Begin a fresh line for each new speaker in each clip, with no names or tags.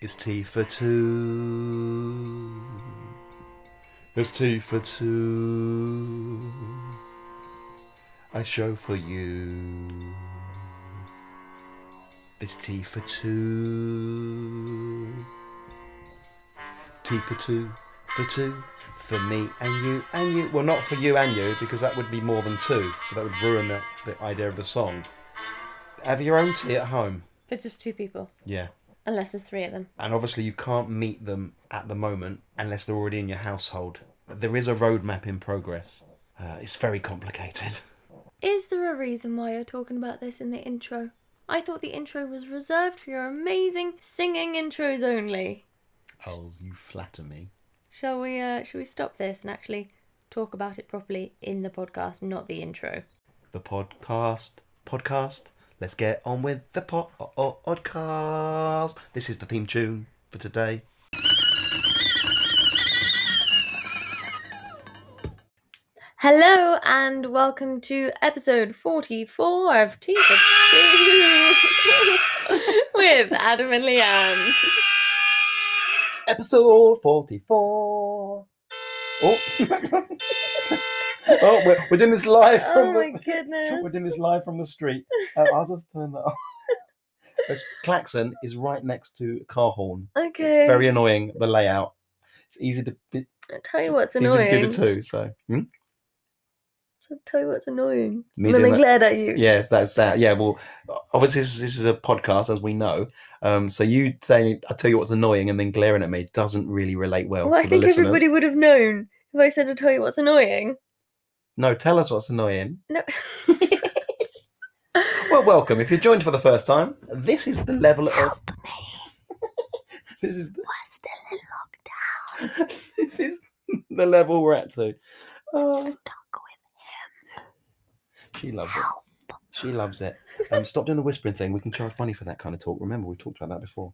It's tea for two. It's tea for two. A show for you. It's tea for two. Tea for two, for two, for me and you and you. Well, not for you and you because that would be more than two, so that would ruin the, the idea of the song. Have your own tea at home.
If it's just two people,
Yeah.
unless there's three of them.
and obviously you can't meet them at the moment unless they're already in your household. There is a roadmap in progress. Uh, it's very complicated.
Is there a reason why you're talking about this in the intro? I thought the intro was reserved for your amazing singing intros only.
Oh, you flatter me.
Shall we? Uh, shall we stop this and actually talk about it properly in the podcast, not the intro?
The podcast, podcast. Let's get on with the po- o- podcast. This is the theme tune for today.
Hello and welcome to episode 44 of Tea for Two with Adam and Liam.
Episode forty-four. Oh, oh, we're, we're doing this live
Oh
from
my
the,
goodness!
We're doing this live from the street. Uh, I'll just turn that off. This klaxon is right next to a car horn.
Okay.
It's very annoying, the layout. It's easy to, it's
I'll tell you what's
easy
annoying.
to do the two, so. Hmm?
I'll tell you what's annoying.
Me
and then
doing
I glared at you.
Yes, that's that. Yeah, well, o- obviously, this, this is a podcast, as we know. Um, so you saying, I'll tell you what's annoying and then glaring at me doesn't really relate well.
well, I
to
think
the listeners.
everybody would have known if I said to tell you what's annoying.
No, tell us what's annoying.
No.
Well, welcome. If you're joined for the first time, this is the level of. this is. The... We're still in lockdown. this is the level we're at to. Oh. Stuck with him. She loves it. She loves it. Um, stop doing the whispering thing. We can charge money for that kind of talk. Remember, we talked about that before.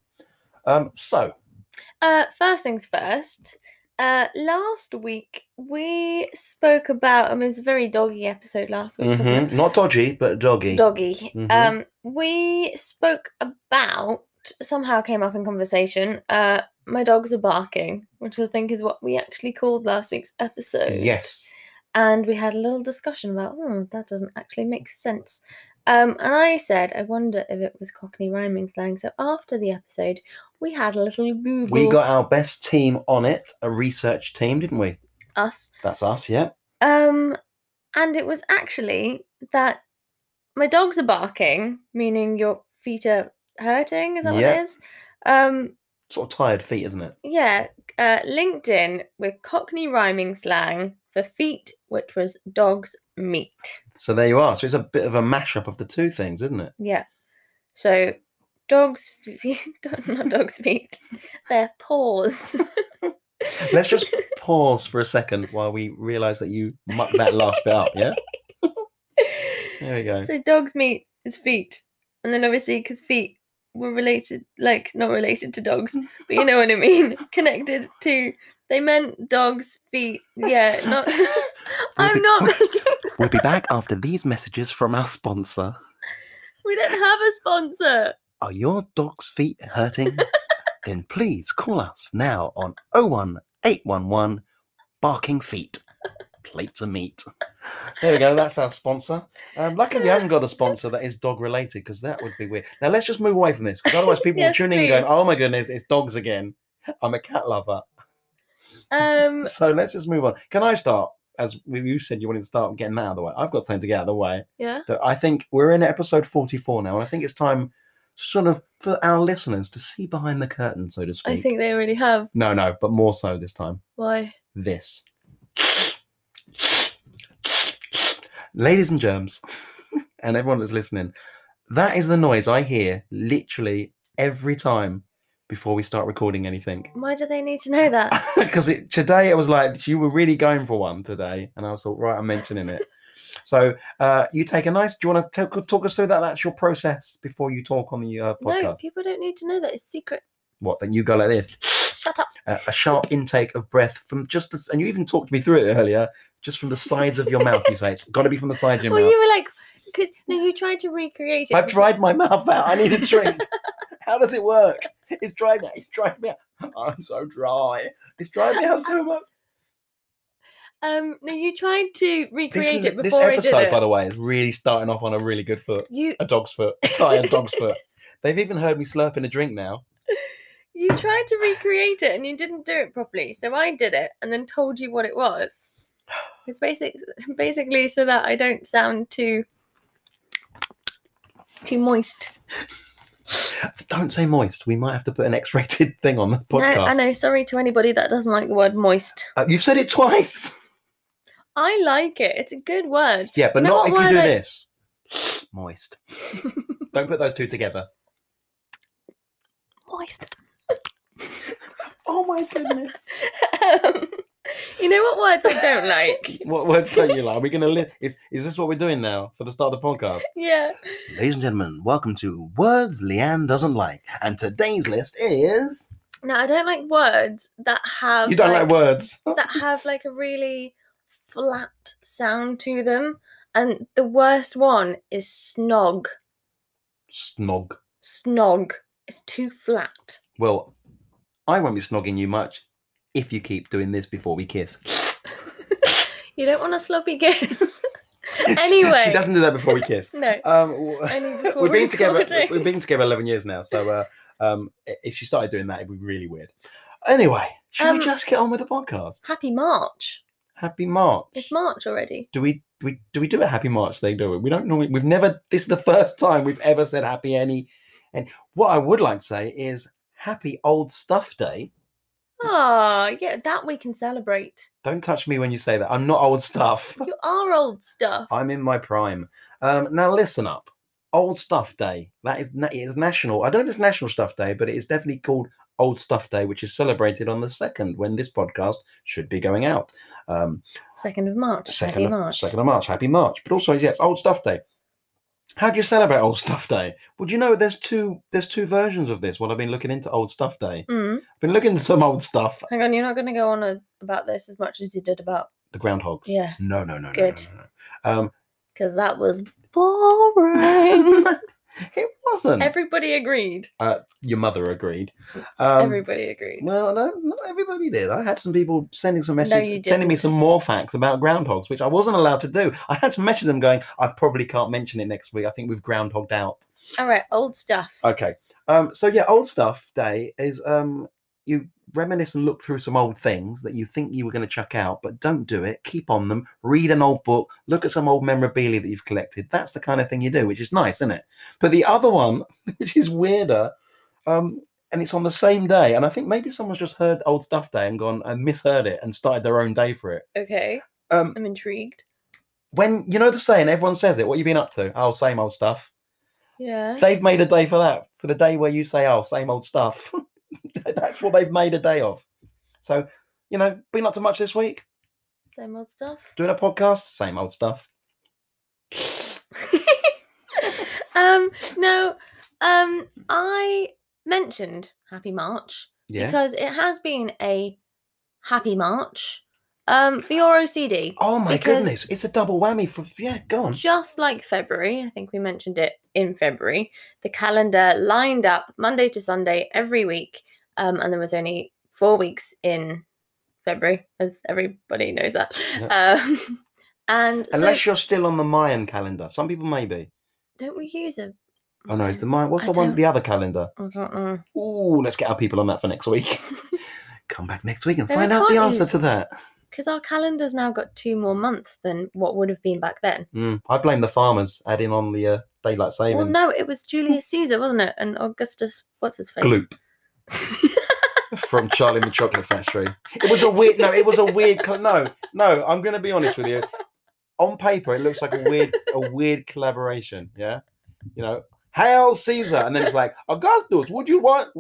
Um, so
Uh, first things first. Uh, last week we spoke about. I mean, it's a very doggy episode last week, wasn't
mhm, not dodgy, but doggy.
it? Doggy.
Mhm.
Um, we spoke about somehow came up in conversation. Uh, my dogs are barking, which I think is what we actually called last week's episode.
yes.
and we had a little discussion about oh that doesn't actually make sense um, and i said i wonder if it was cockney rhyming slang so after the episode we had a little google
We got our best team on it, a research team, didn't we?
us
That's us, yeah.
um, and it was actually that my dogs are barking meaning your feet are hurting is that what
Yeah.
it is um,
Sort of tired feet, isn't it?
yeah uh, linkedin with cockney rhyming slang for feet which was dogs meat
So there you are. So it's a bit of a mashup of the two things, isn't it?
Yeah. So dogs' feet, not dogs' feet, their paws.
Let's just pause for a second while we realise that you mucked that last bit up. Yeah. There we go.
so dogs' meat is feet, and then obviously because feet were related, like not related to dogs, but you know what I mean. Connected to, they meant dogs' feet. Yeah, not. I'm not making.
We'll be back after these messages from our sponsor.
We don't have a sponsor.
Are your dog's feet hurting? then please call us now on 01811 Barking Feet. Plates of meat. There we go. That's our sponsor. Um, luckily, we haven't got a sponsor that is dog related because that would be weird. Now, let's just move away from this because otherwise, people
Yes,
will tune in going,
please.
oh my goodness, it's dogs again. I'm a cat lover.
Um,
So let's just move on. Can I start? As we- you said, you wanted to start getting that out of the way. I've got something to get out of the way.
yeah.
That I think we're in episode 44 now, and I think it's time, sort of, for our listeners to see behind the curtain, so to speak.
I think they already have.
No, no, but more so this time.
Why?
This. Ladies and germs, and everyone that's listening, that is the noise I hear literally every time before we start recording anything.
Why do they need to know that?
because it today it was like you were really going for one today, and I was thought, right, I'm mentioning it. so uh, you take a nice. Do you want to talk, talk us through that? That's your process before you talk on the uh, podcast.
No, people don't need to know that. It's secret.
What? Then you go like this:
Shut up.
uh, a sharp intake of breath from just the, s- and you even talked me through it earlier. Just from the sides of your mouth, you say it's got to be from the sides of your
Well,
mouth.
you were like, because no, you tried to recreate it.
I've
from-
dried my mouth out. I need a drink. How does it work? It's drying out. It's drying me out. I'm so dry. It's drying me out so much.
Um, no, you tried to
This,
recreate
is-
it
this
before I
episode,
did
by
it.
the way, is really starting off on a really good foot.
You
A dog's foot. Sorry, a dog's foot. They've even heard me slurping a drink now.
you tried to recreate it and you didn't do it properly, so I did it and then told you what it was. It's basic, basically so that I don't sound too too moist.
Don't say moist. We might have to put an X-rated thing on the
No, Uh, I
podcast.
know. Sorry to anybody that doesn't like the word moist.
Uh, you've said it twice.
I like it. It's a good word.
Yeah, but
You know
not
what
if you do
word I-
this. Moist. Don't put those two together.
Moist.
Oh my goodness.
Um, you know what words I don't like?
what words don't you like? Are we gonna li- is is this what we're doing now for the start of the podcast?
Yeah.
Ladies and gentlemen, welcome to Words Leanne Doesn't Like. And today's list is
No, I don't like words that have
You don't like words.
that have like a really flat sound to them. And the worst one is snog.
Snog.
Snog. It's too flat.
Well, I won't be snogging you much if you keep doing this before we kiss.
You don't want a sloppy kiss. anyway.
she doesn't do that before we kiss.
No.
Um, w-
Only before
we've been together.
recording.
We've been together eleven years now. So, uh, um, i- if she started doing that, it'd be really weird. Anyway, should
Um,
we just get on with the podcast?
Happy March.
Happy March.
It's March already.
do we do we do we do a happy March thing? Do we? We don't normally. We've never. This is the first time we've ever said happy any. And what I would like to say is happy old stuff day.
Ah, yeah, that we can celebrate.
Don't touch me when you say that. I'm not old stuff.
You are old stuff.
I'm in my prime. Um, now listen up. Old Stuff Day. That is na- it is national. I don't know if it's National Stuff Day, but it is definitely called Old Stuff Day, which is celebrated on the second when this podcast should be going out. Um,
Second of March.
second
Happy
of,
March.
second of March. Happy March. But also, yes, Old Stuff Day. How do you celebrate Old Stuff Day? Well, do you know there's two there's two versions of this. Well, I've been looking into Old Stuff Day.
Mm.
I've been looking into some old stuff.
Hang on, you're not going to go on a, about this as much as you did about
The groundhogs.
Yeah.
No, no, no, no,
Good.
no, no, no. Um,
because that was boring.
it wasn't.
Everybody agreed.
Your mother agreed. Um,
Everybody agreed.
Well, no, not everybody did. I had some people sending some
No,
messages,
you
sending me
didn't.
some more facts about groundhogs, which I wasn't allowed to do. I had to message them going, I probably can't mention it next week. I think we've groundhogged out.
All right, old stuff.
Okay. Um, so yeah, old stuff day is um, you reminisce and look through some old things that you think you were going to chuck out, but don't do it. Keep on them. Read an old book. Look at some old memorabilia that you've collected. That's the kind of thing you do, which is nice, isn't it? But the other one, which is weirder, um, and it's on the same day, and I think maybe someone's just heard old stuff day and gone and misheard it and started their own day for it.
Okay,
Um,
I'm intrigued.
when you know the saying, everyone says it. What you been up to? Oh, same old stuff.
Yeah.
They've made a day for that, for the day where you say, oh, same old stuff. That's what they've made a day of. So, you know, been up to much this week,
Same old stuff.
doing a podcast, same old stuff.
um, no, um, I mentioned Happy March
Yeah.
because it has been a Happy March um, for your OCD.
oh my
because-
goodness, it's a double whammy for, yeah, go on.
Just like February, I think we mentioned it in February, the calendar lined up Monday to Sunday every week. Um, and there was only four weeks in February, as everybody knows that. Um, and so,
Unless you're still on the Mayan calendar. Some people may be.
don't we use a?
Oh no, it's the Mayan. What's
I
the one,
don't-
the other calendar?
I don't know.
Ooh, let's get our people on that for next week. Come back next week and
No, we
find out the
can't
answer
use-
to that.
because our calendar's now got two more months than what would have been back then.
Mm, I blame the farmers adding on the uh, daylight savings.
Well, no, it was Julius Caesar, wasn't it? And Augustus, what's his face?
Gloop. from Charlie and the Chocolate Factory. It was a weird. No, it was a weird. col- No, no. I'm going to be honest with you. On paper, it looks like a weird, a weird collaboration. Yeah, you know, hail Caesar, and then it's like Augustus. Would you want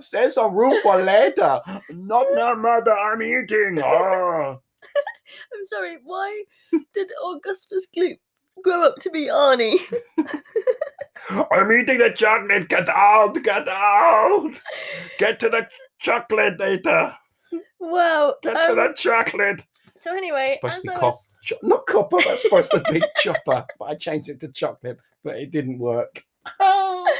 save some room for later? Not now, mother. I'm eating. Ah.
I'm sorry, why did Augustus Gloop grow up to be Arnie?
I'm eating the chocolate. Get out! Get out! Get to the chocolate later.
Wow.
Get to
um,
the chocolate.
so anyway,
Supposed to
as
be
I
cough.
was,
Cho- not copper. That's supposed to be chopper, but I changed it to chocolate, but it didn't work. oh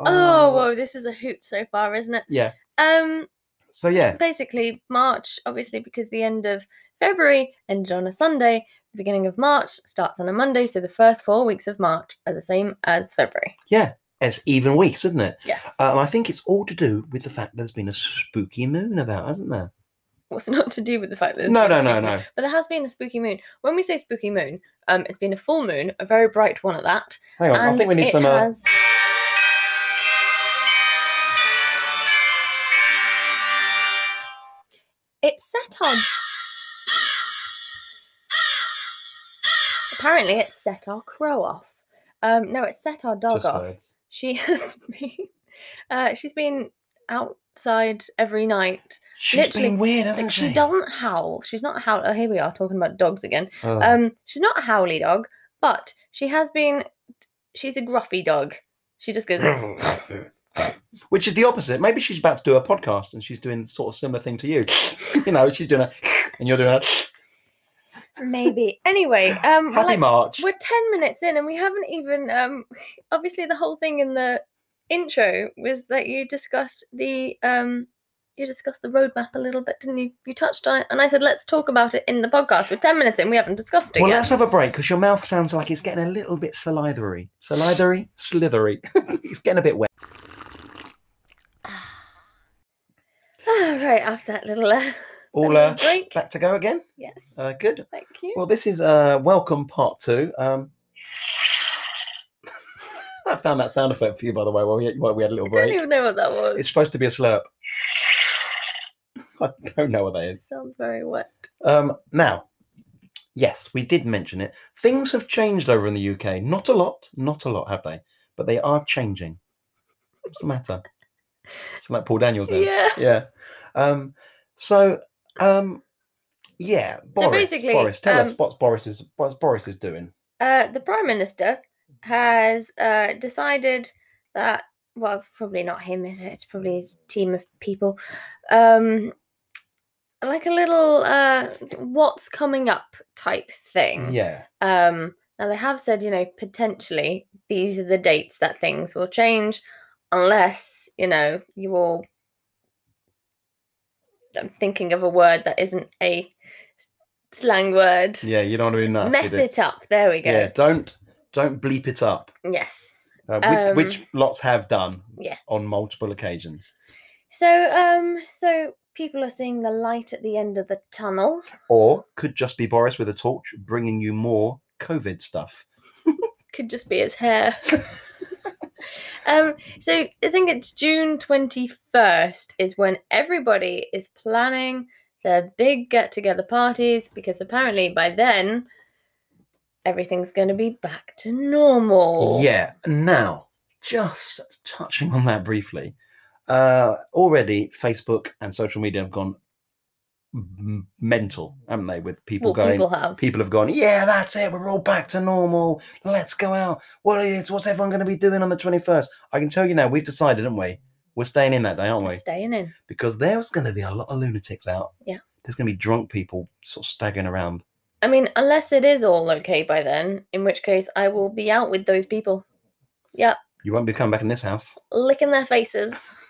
Oh, whoa, this is a hoot so far, isn't it?
Yeah.
Um,
So yeah,
basically March, obviously because the end of February ended on a Sunday, the beginning of March starts on a Monday, so the first four weeks of March are the same as February. Uh,
yeah, it's even weeks, isn't it?
Yes.
Um, I think it's all to do with the fact there's been a spooky moon about, hasn't there?
What's not to do with the fact that it's
No,
been
no,
a
no,
spooky moon.
no.
But there has been a spooky moon. When we say spooky moon, um, it's been a full moon, a very bright one at that.
Hang on, I think we need
it
some. Uh,
has- It's set on. Apparently, it's set our crow off. Um, no, it's set our dog
just
off.
words.
She has been. Uh, she's been outside every night.
She's
Literally,
been weird, hasn't
Like, she
she?
doesn't howl. She's not a howl. Oh, here we are talking about dogs again.
Oh,
Um, she's not a howly dog, but she has been. She's a gruffy dog. She just goes. um,
Which is the opposite. Maybe she's about to do a podcast and she's doing sort of similar thing to you. you know, she's doing a and you're doing a
Maybe. Anyway, um, we're,
happy
like,
march.
we're ten minutes in, and we haven't even. Um, obviously, the whole thing in the intro was that you discussed the um. You discussed the roadmap a little bit, didn't you? You touched on it, and I said let's talk about it in the podcast. We're ten minutes in, we haven't discussed it
Well,
yet.
let's have a break because your mouth sounds like it's getting a little bit salithery. Salithery? Slithery. it's getting a bit wet.
Ah, right after that little, uh,
All
little
uh,
break.
back to go again?
yes,
Uh, good.
thank you.
Well, this is uh, welcome part two. Um, I found that sound effect for you, by the way, while we, while we had a little
I don't
break.
even know what that was.
It's supposed to be a slurp. I don't know what that
It
is.
sounds very wet.
Um, now, yes, we did mention it. Things have changed over in the UK. Not a lot, not a lot, have they? But they are changing. What's the matter? It's like Paul Daniels there.
Yeah.
Yeah. Um, so, um, yeah, Boris.
basically,
Boris, tell us
um,
what's Boris is what's Boris is doing.
Uh, the prime minister
Mm-hmm.
has uh, decided that well, probably not him, is it? It's probably his team of people. Um, like a little uh, what's coming up type thing.
Yeah.
Um, now they have said, you know, potentially these are the dates that things will change, unless you know you all. I'm thinking of a word that isn't a s- slang word.
Yeah, you don't want to be nasty.
Mess
do-
it up. There we go.
Yeah, don't don't bleep it up.
Yes.
Uh, which, which lots have done
Um, yeah.
on multiple occasions.
So um so people are seeing the light at the end of the tunnel.
Or could just be Boris with a torch bringing you more COVID stuff.
Could just be his hair. um so I think it's June 21st is when everybody is planning their big get together parties because apparently by then everything's going to be back to normal.
Yeah. Now, just touching on that briefly, uh, already Facebook and social media have gone m- mental, haven't they? With people
Well,
going,
people have.
people have gone, yeah, that's it. We're all back to normal. Let's go out. What is? What's everyone going to be doing on the twenty first? I can tell you now. We've decided, haven't we? We're staying in that day, aren't we?
Staying in.
Because there's going to be a lot of lunatics out.
Yeah.
There's going to be drunk people sort of staggering around.
I mean, unless it is all okay by then, in which case I will be out with those people. Yep.
You won't be coming back in this house.
licking their faces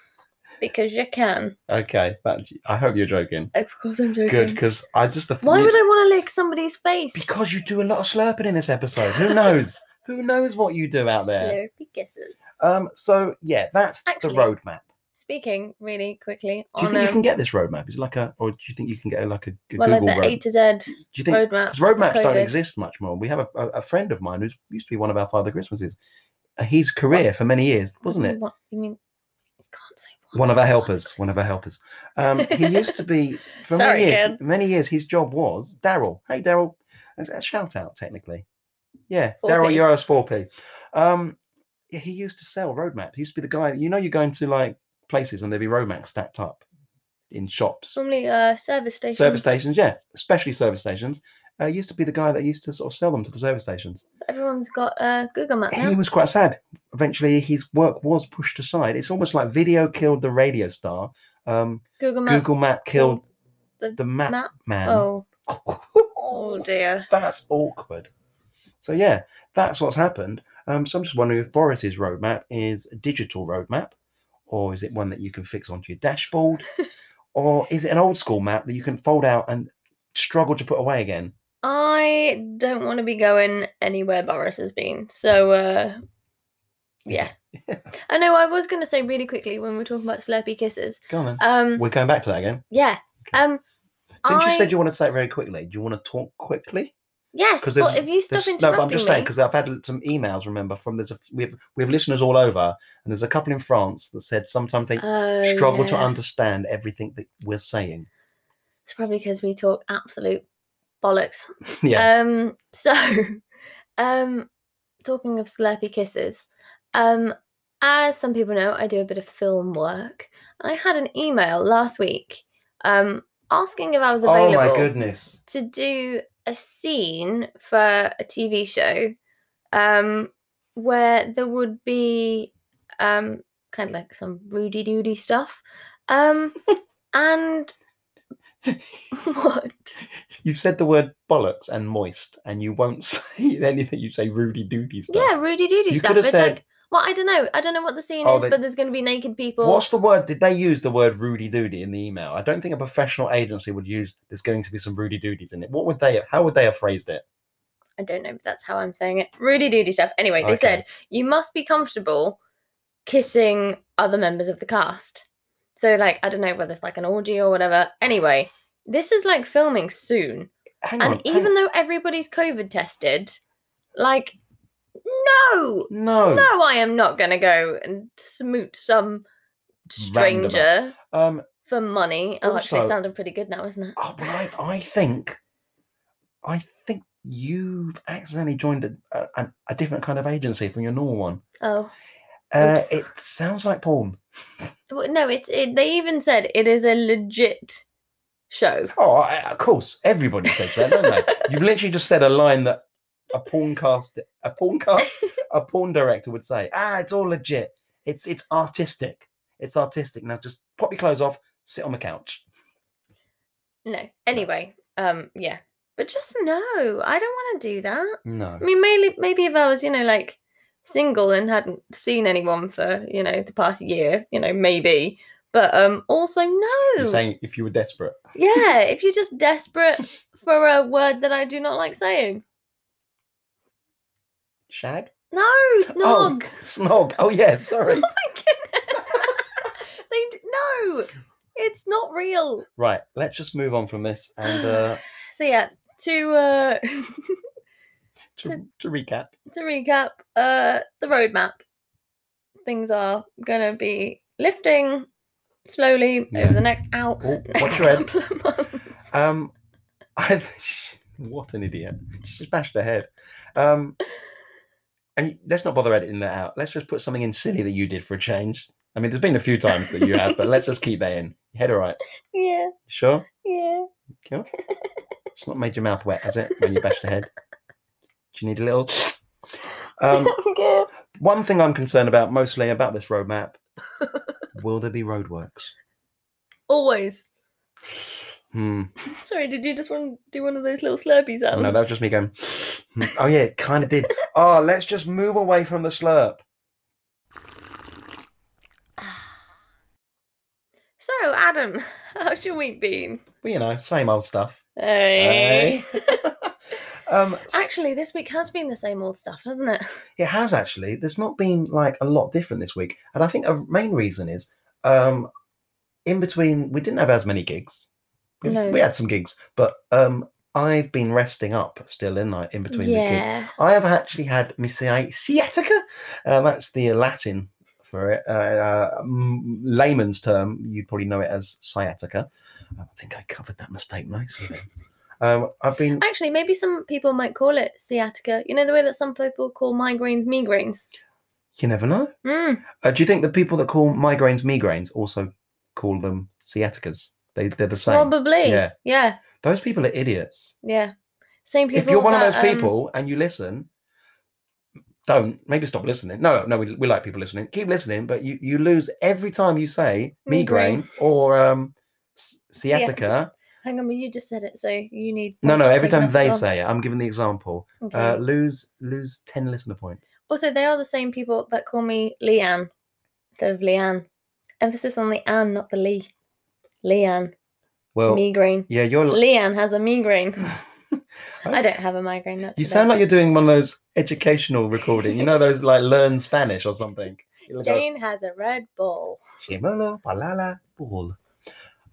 because you can.
Okay, that, I hope you're joking.
Of course, I'm joking.
Good, because I just the
Why
you-
would I want to lick somebody's face?
because you do a lot of slurping in this episode. Who knows? Who knows what you do out there?
Slurpy kisses.
Um. So yeah, that's
Actually,
the roadmap.
Speaking really quickly
Do you
on
think you
um,
can get this roadmap? Is it like a, or do you think you can get like a, g-
well, like
Google
the
road?
A to Z
do you think
roadmap.
'cause roadmaps
for
don't
COVID.
exist much more? We have a, a, a friend of mine who's used to be one of our Father Christmases. Uh, His career for many years wasn't it?
What, you mean you can't say what?
One of our helpers. One of our helpers. Um, he used to be for
Sorry,
many years.
kids.
Many years. His job was Daryl. Hey, Daryl. A, a shout out, technically. Yeah,
4p.
Daryl, you owe us four p. Um, yeah, he used to sell roadmaps. He used to be the guy. You know, you go into like places and there'd be roadmaps stacked up in shops,
Normally, uh, service stations.
service stations. Yeah, especially service stations. Uh, he used to be the guy that used to sort of sell them to the service stations.
Everyone's got uh, Google Map now.
He was quite sad. Eventually, his work was pushed aside. It's almost like video killed the radio star. Um,
Google Map.
Google Map killed
the,
the map,
map.
man.
Oh, oh dear.
that's awkward. So yeah, that's what's happened. Um, so I'm just wondering if Boris's roadmap is a digital roadmap, or is it one that you can fix onto your dashboard, or is it an old school map that you can fold out and struggle to put away again?
I don't want to be going anywhere Boris has been. So, uh, yeah. I know I was going to say really quickly when we were talking about Slurpee Kisses.
Go on then.
Um,
We're going back to that again.
yeah. Um,
Since you
I-
said you want to say it very quickly, do you want to talk quickly?
yes.
'Cause
Well,
there's-
if you stop
There's-
interrupting
no, I'm just
me,
saying because I've had some emails. Remember, from there's a f- we have we have listeners all over, and there's a couple in France that said sometimes they
Oh,
struggle to
yeah.
understand everything that we're saying.
It's probably because we talk absolute bollocks.
yeah,
Um, so, um, talking of slurpy kisses, um, as some people know, I do a bit of film work. I had an email last week um, asking if I was
Oh
available
my goodness.
to do a scene for a TV show um, where there would be um, kind of like some Rudy Doody stuff. Um, and what?
You've said the word bollocks and moist, and you won't say anything. You say Rudy Doody stuff.
Yeah, Rudy Doody
You
stuff.
could have
It's
said-
like, well, I don't know. I don't know what the scene
Oh,
is,
they-
but there's going to be naked people.
What's the word? Did they use the word Rudy Doody in the email? I don't think a professional agency would use. There's going to be some Rudy Doodies in it. What would they? How would they have phrased it?
I don't know, but that's how I'm saying it. Rudy Doody stuff. Anyway, they
Okay.
said you must be comfortable kissing other members of the cast. So, like, I don't know whether it's like an orgy or whatever. Anyway, this is like filming soon,
Hang
and
on. hang-
even though everybody's COVID tested, like, no,
no.
no, I am not going to go and smoot some
Random.
stranger.
Um.
for money. Oh, actually,
Also-
sounding pretty good now, isn't it?
Oh, well, I, I think. I think you've accidentally joined a, a, an- a different kind of agency from your normal one.
Oh,
Uh,
Oops.
it sounds like porn.
Well, no, it's it, they even said it is a legit show.
Oh, I- of course, everybody says that, don't they? You've literally just said a line that a porn cast, a porn cast, a porn director would say. Ah, it's all legit. It's it's artistic. It's artistic. Now just pop your clothes off, sit on the couch.
No, anyway, um, yeah, but just no, I don't want to do that.
No,
I mean, mainly maybe if I was, you know, like single and hadn't seen anyone for you know the past year, you know, maybe. But um, also no,
you're saying if you were desperate.
yeah, if you're just desperate for a word that I do not like saying,
Shag.
no, snog.
Oh, snog. Oh yeah, sorry.
my goodness. they d- no, it's not real.
right, let's just move on from this and uh,
So yeah, to uh,
to, to recap.
to recap, uh, the roadmap. Things are gonna be lifting slowly
Yeah.
over the next out
Oh,
next
watch your head.
couple of months.
Um, I what an idiot! She just bashed her head. Um, and y- let's not bother editing that out. Let's just put something in silly that you did for a change. I mean, there's been a few times that you have, but let's just keep that in. Your head all right?
Yeah,
You sure?
yeah.
Sure. It's not made your mouth wet, has it? When you bashed your head. Do you need a little? Um,
I'm good.
one thing I'm concerned about, mostly about this roadmap. Will there be roadworks?
Always.
Hmm.
Sorry, did you just want to do one of those little slurpy sounds?
No, that was just me going. "Hmm, Oh yeah, it kind of did. Oh, let's just move away from the slurp.
So, Adam, how's your week been?
Well, you know, same old stuff. Eh?
Hey.
um, s-
Actually, this week has been the same old stuff, hasn't it?
it has actually. There's not been like a lot different this week, and I think a main reason is um, in between we didn't have as many gigs. We,
No.
we had some gigs, but um, I've been resting up still in like in between the gigs.
yeah.
I have actually had mi sci- sciatica. Uh, that's the Latin for it. Uh, uh, m- layman's term, you'd probably know it as sciatica. Um, I think I covered that mistake nicely. Then. Um, I've been.
Actually, maybe some people might call it sciatica. You know the way that some people call migraines migraines.
You never know.
Mm.
Uh, do you think the people that call migraines migraines also call them sciaticas? They they're the same.
Probably.
Yeah.
Yeah.
Those people are idiots.
Yeah. Same people.
if you're one of
that,
those
um,
people and you listen, don't maybe stop listening. No, no, we, we like people listening. Keep listening, but you you lose every time you say migraine,
Migraine.
or um s-
Sciatica.
sciatica
Hang on, but you just said it, so you need.
No, no.
points
Every
taken
time
off
they
as well.
say it, I'm giving the example.
Okay.
Uh, lose lose ten listener points.
also, they are the same people that call me Leanne instead of Leanne. Emphasis on the Anne, not the Lee. Leanne,
Well,
migraine.
yeah, you're.
Leanne has a migraine. I
Oh.
don't have a migraine. Not
You
today.
sound like you're doing one of those educational recording. You know those like learn Spanish or something. It'll go,
Jane has a red ball.
Shimala, palala, ball.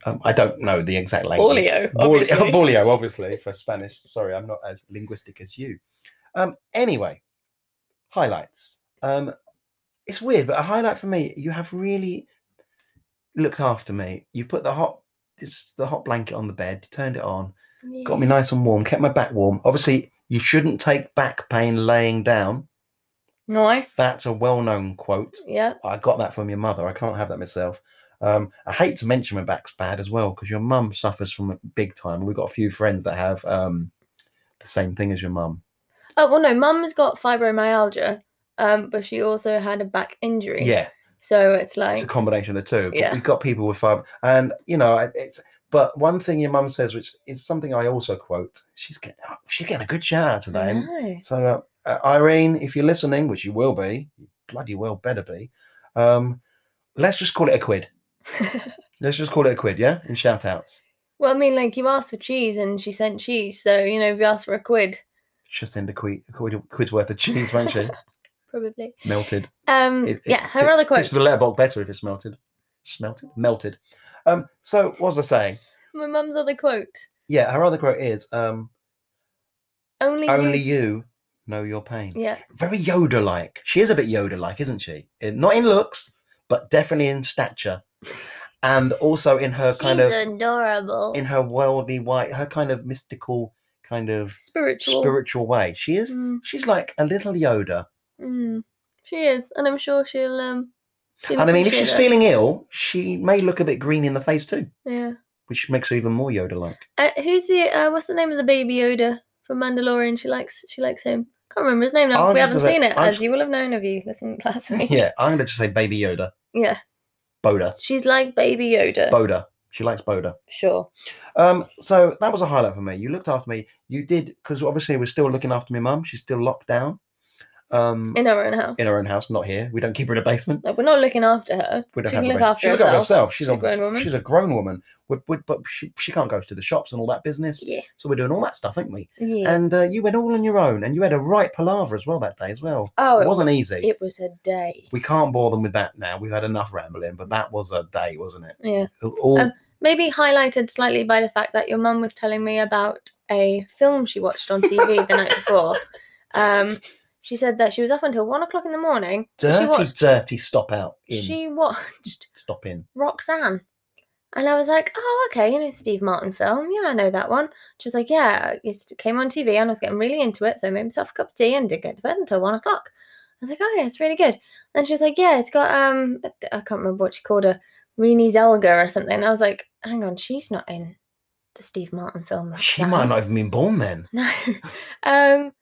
Um, I don't know the exact language.
Olio.
Bolio,
obviously.
Bolio, obviously, for Spanish. Sorry, I'm not as linguistic as you. Um, anyway, highlights. Um, it's weird, but a highlight for me, you have really looked after me. You put the hot this, the hot blanket on the bed, you turned it on, got me
Yeah.
nice and warm, kept my back warm. Obviously, you shouldn't take back pain laying down.
Nice.
That's a well-known quote.
Yeah.
I got that from your mother. I can't have that myself. Um, I hate to mention my back's bad as well because your mum suffers from it big time. We've got a few friends that have um, the same thing as your mum.
Oh well, no. Mum's got fibromyalgia, um, but she also had a back injury.
Yeah,
So it's like
it's a combination of the two. But
Yeah.
we've got people with fibro, and you know it- it's. But one thing your mum says, which is something I also quote, she's getting she's getting a good shout out
I
today. and
know.
So, uh, uh, Irene, if you're listening, which you will be, you bloody well better be, um, let's just call it a quid. let's just call it a quid, yeah? And shout outs.
Well, I mean, like you asked for cheese and she sent cheese, so you know, if you asked for a quid,
She'll send a quid, a quid, quid's worth of cheese, won't she?
probably.
melted.
Um,
It- it
yeah. Her
fits-
other
fits
quote.
the letterbox better if it's melted. Smelted? Melted. Um, so, what was I saying?
My mum's other quote.
Yeah, her other quote is um,
Only.
only
You...
you know your pain.
Yeah.
Very Yoda like. She is a bit Yoda like, isn't she? In, not in looks, but definitely in stature. And also in her
She's
kind of
adorable.
in her worldly way, her kind of mystical, kind of
Spiritual.
spiritual way. She is.
Mm,
She's like a little Yoda.
mm. She is, and I'm sure she'll um. she'll
And I mean, if
appreciate
she's
that.
feeling ill, she may look a bit green in the face too,
Yeah.
which makes her even more Yoda-like.
Uh, who's the uh, what's the name of the baby Yoda from Mandalorian? She likes she likes him. Can't remember his name now.
I'll
we
just
haven't
do that-
seen it,
I'll
as
just-
you will have known of you listening last week.
yeah, I'm gonna just say Baby Yoda,
Yeah.
Boda,
She's like baby Yoda.
Boda. She likes Boda.
sure.
Um, so that was a highlight for me. You looked after me. You did because obviously we're still looking after my mum. She's still locked down. Um,
In her own house.
in her own house, not here. We don't keep her in a basement.
Like, we're not looking after her.
We don't
she
have
can
a
look
bas-
after
she can look
herself.
She's,
She's a
a
grown woman.
She's a grown woman. we we but she, she can't go to the shops and all that business.
Yeah.
So we're doing all that stuff, ain't we?
Yeah.
And uh, you went all on your own, and you had a right palaver as well that day as well.
oh,
it
it,
wasn't easy.
it was a day.
we can't bore them with that now. We've had enough rambling, but that was a day, wasn't it?
Yeah.
All
Um, Maybe highlighted slightly by the fact that your mum was telling me about a film she watched on TV the night before. Um, she said that she was up until one o'clock in the morning.
dirty,
watched-
dirty stop out in
She watched
stop in.
Roxanne. And I was like, oh, okay, you know, Steve Martin film. Yeah, I know that one. She was like, yeah, it just came on TV and I was getting really into it. So I made myself a cup of tea and didn't get to bed until one o'clock. I was like, oh, yeah, it's really good. And she was like, yeah, it's got, um, I th- I can't remember what she called her, Renee Zellweger or something. And I was like, hang on, she's not in the Steve Martin film.
She
Roxanne."
might not have been born then.
No. Um,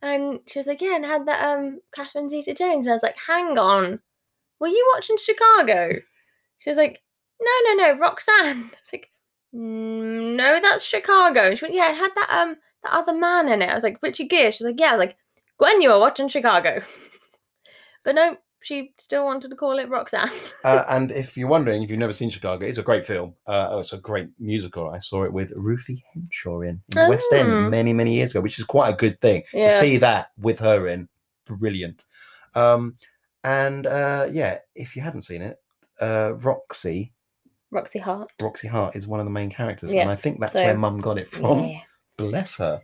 and she was like, yeah, and had that um Catherine Zeta Jones. And I was like, hang on, were you watching Chicago? She was like, no, no, no, Roxanne. I was like, "Mm, no, that's Chicago. And she went, yeah, it had that um that other man in it. I was like, Richard Gere. She was like, yeah. I was like, Gwen, you were watching Chicago. but no, she still wanted to call it Roxanne.
Uh, and if you're wondering, if you've never seen Chicago, it's a great film. Uh, oh, it's a great musical. I saw it with Ruthie Henshaw in, in the West
Oh.
End many, many years ago, which is quite a good thing
Yeah.
to see that with her in. Brilliant. Um, and uh, yeah, if you haven't seen it, uh, Roxy,
Roxy Hart.
Roxy Hart is one of the main characters,
Yeah,
and I think that's
so-
where Mum got it from. Bless her.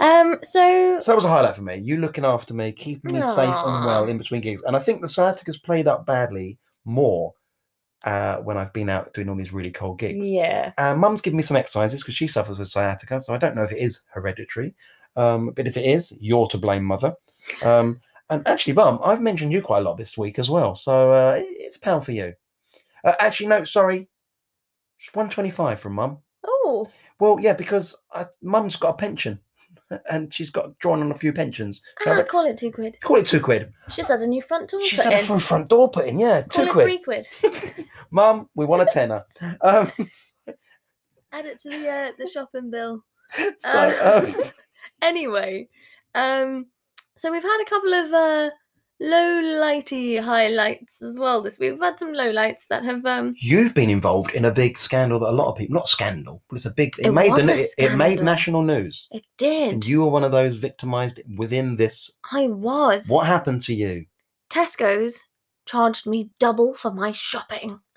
Um. So.
So that was a highlight for me. You looking after me, keeping me safe and well
Aw.
in between gigs. And I think the sciatica's played up badly more uh, when I've been out doing all these really cold gigs.
Yeah.
Uh, Mum's given me some exercises because she suffers with sciatica, so I don't know if it is hereditary. Um, but if it is, you're to blame, mother. Um, and actually, Mum, I've mentioned you quite a lot this week as well, so uh, it- it's a pound for you. Uh, actually, no, sorry, it's one twenty-five from Mum.
Oh.
Well, yeah, because I, Mum's got a pension, and she's got drawn on a few pensions. So I
Ah,
re-
call it two quid.
call it two quid.
She's just had a new front door
She's
put
had a
in.
front front door put in, yeah,
Call
two
it
quid.
three quid.
Mum, we want a tenner. Um,
Add it to the uh, the shopping bill. Ah.
So, um,
Anyway, um, so we've had a couple of uh, low lighty highlights as well. This week. we've had some low lights that have um,
you've been involved in a big scandal that a lot of people, not scandal, but it's a big, it,
It
made, the,
was a
it- it made
scandal.
national news.
it
And
did.
you were one of those victimized within this.
I was.
What happened to you?
Tesco's charged me double for my shopping.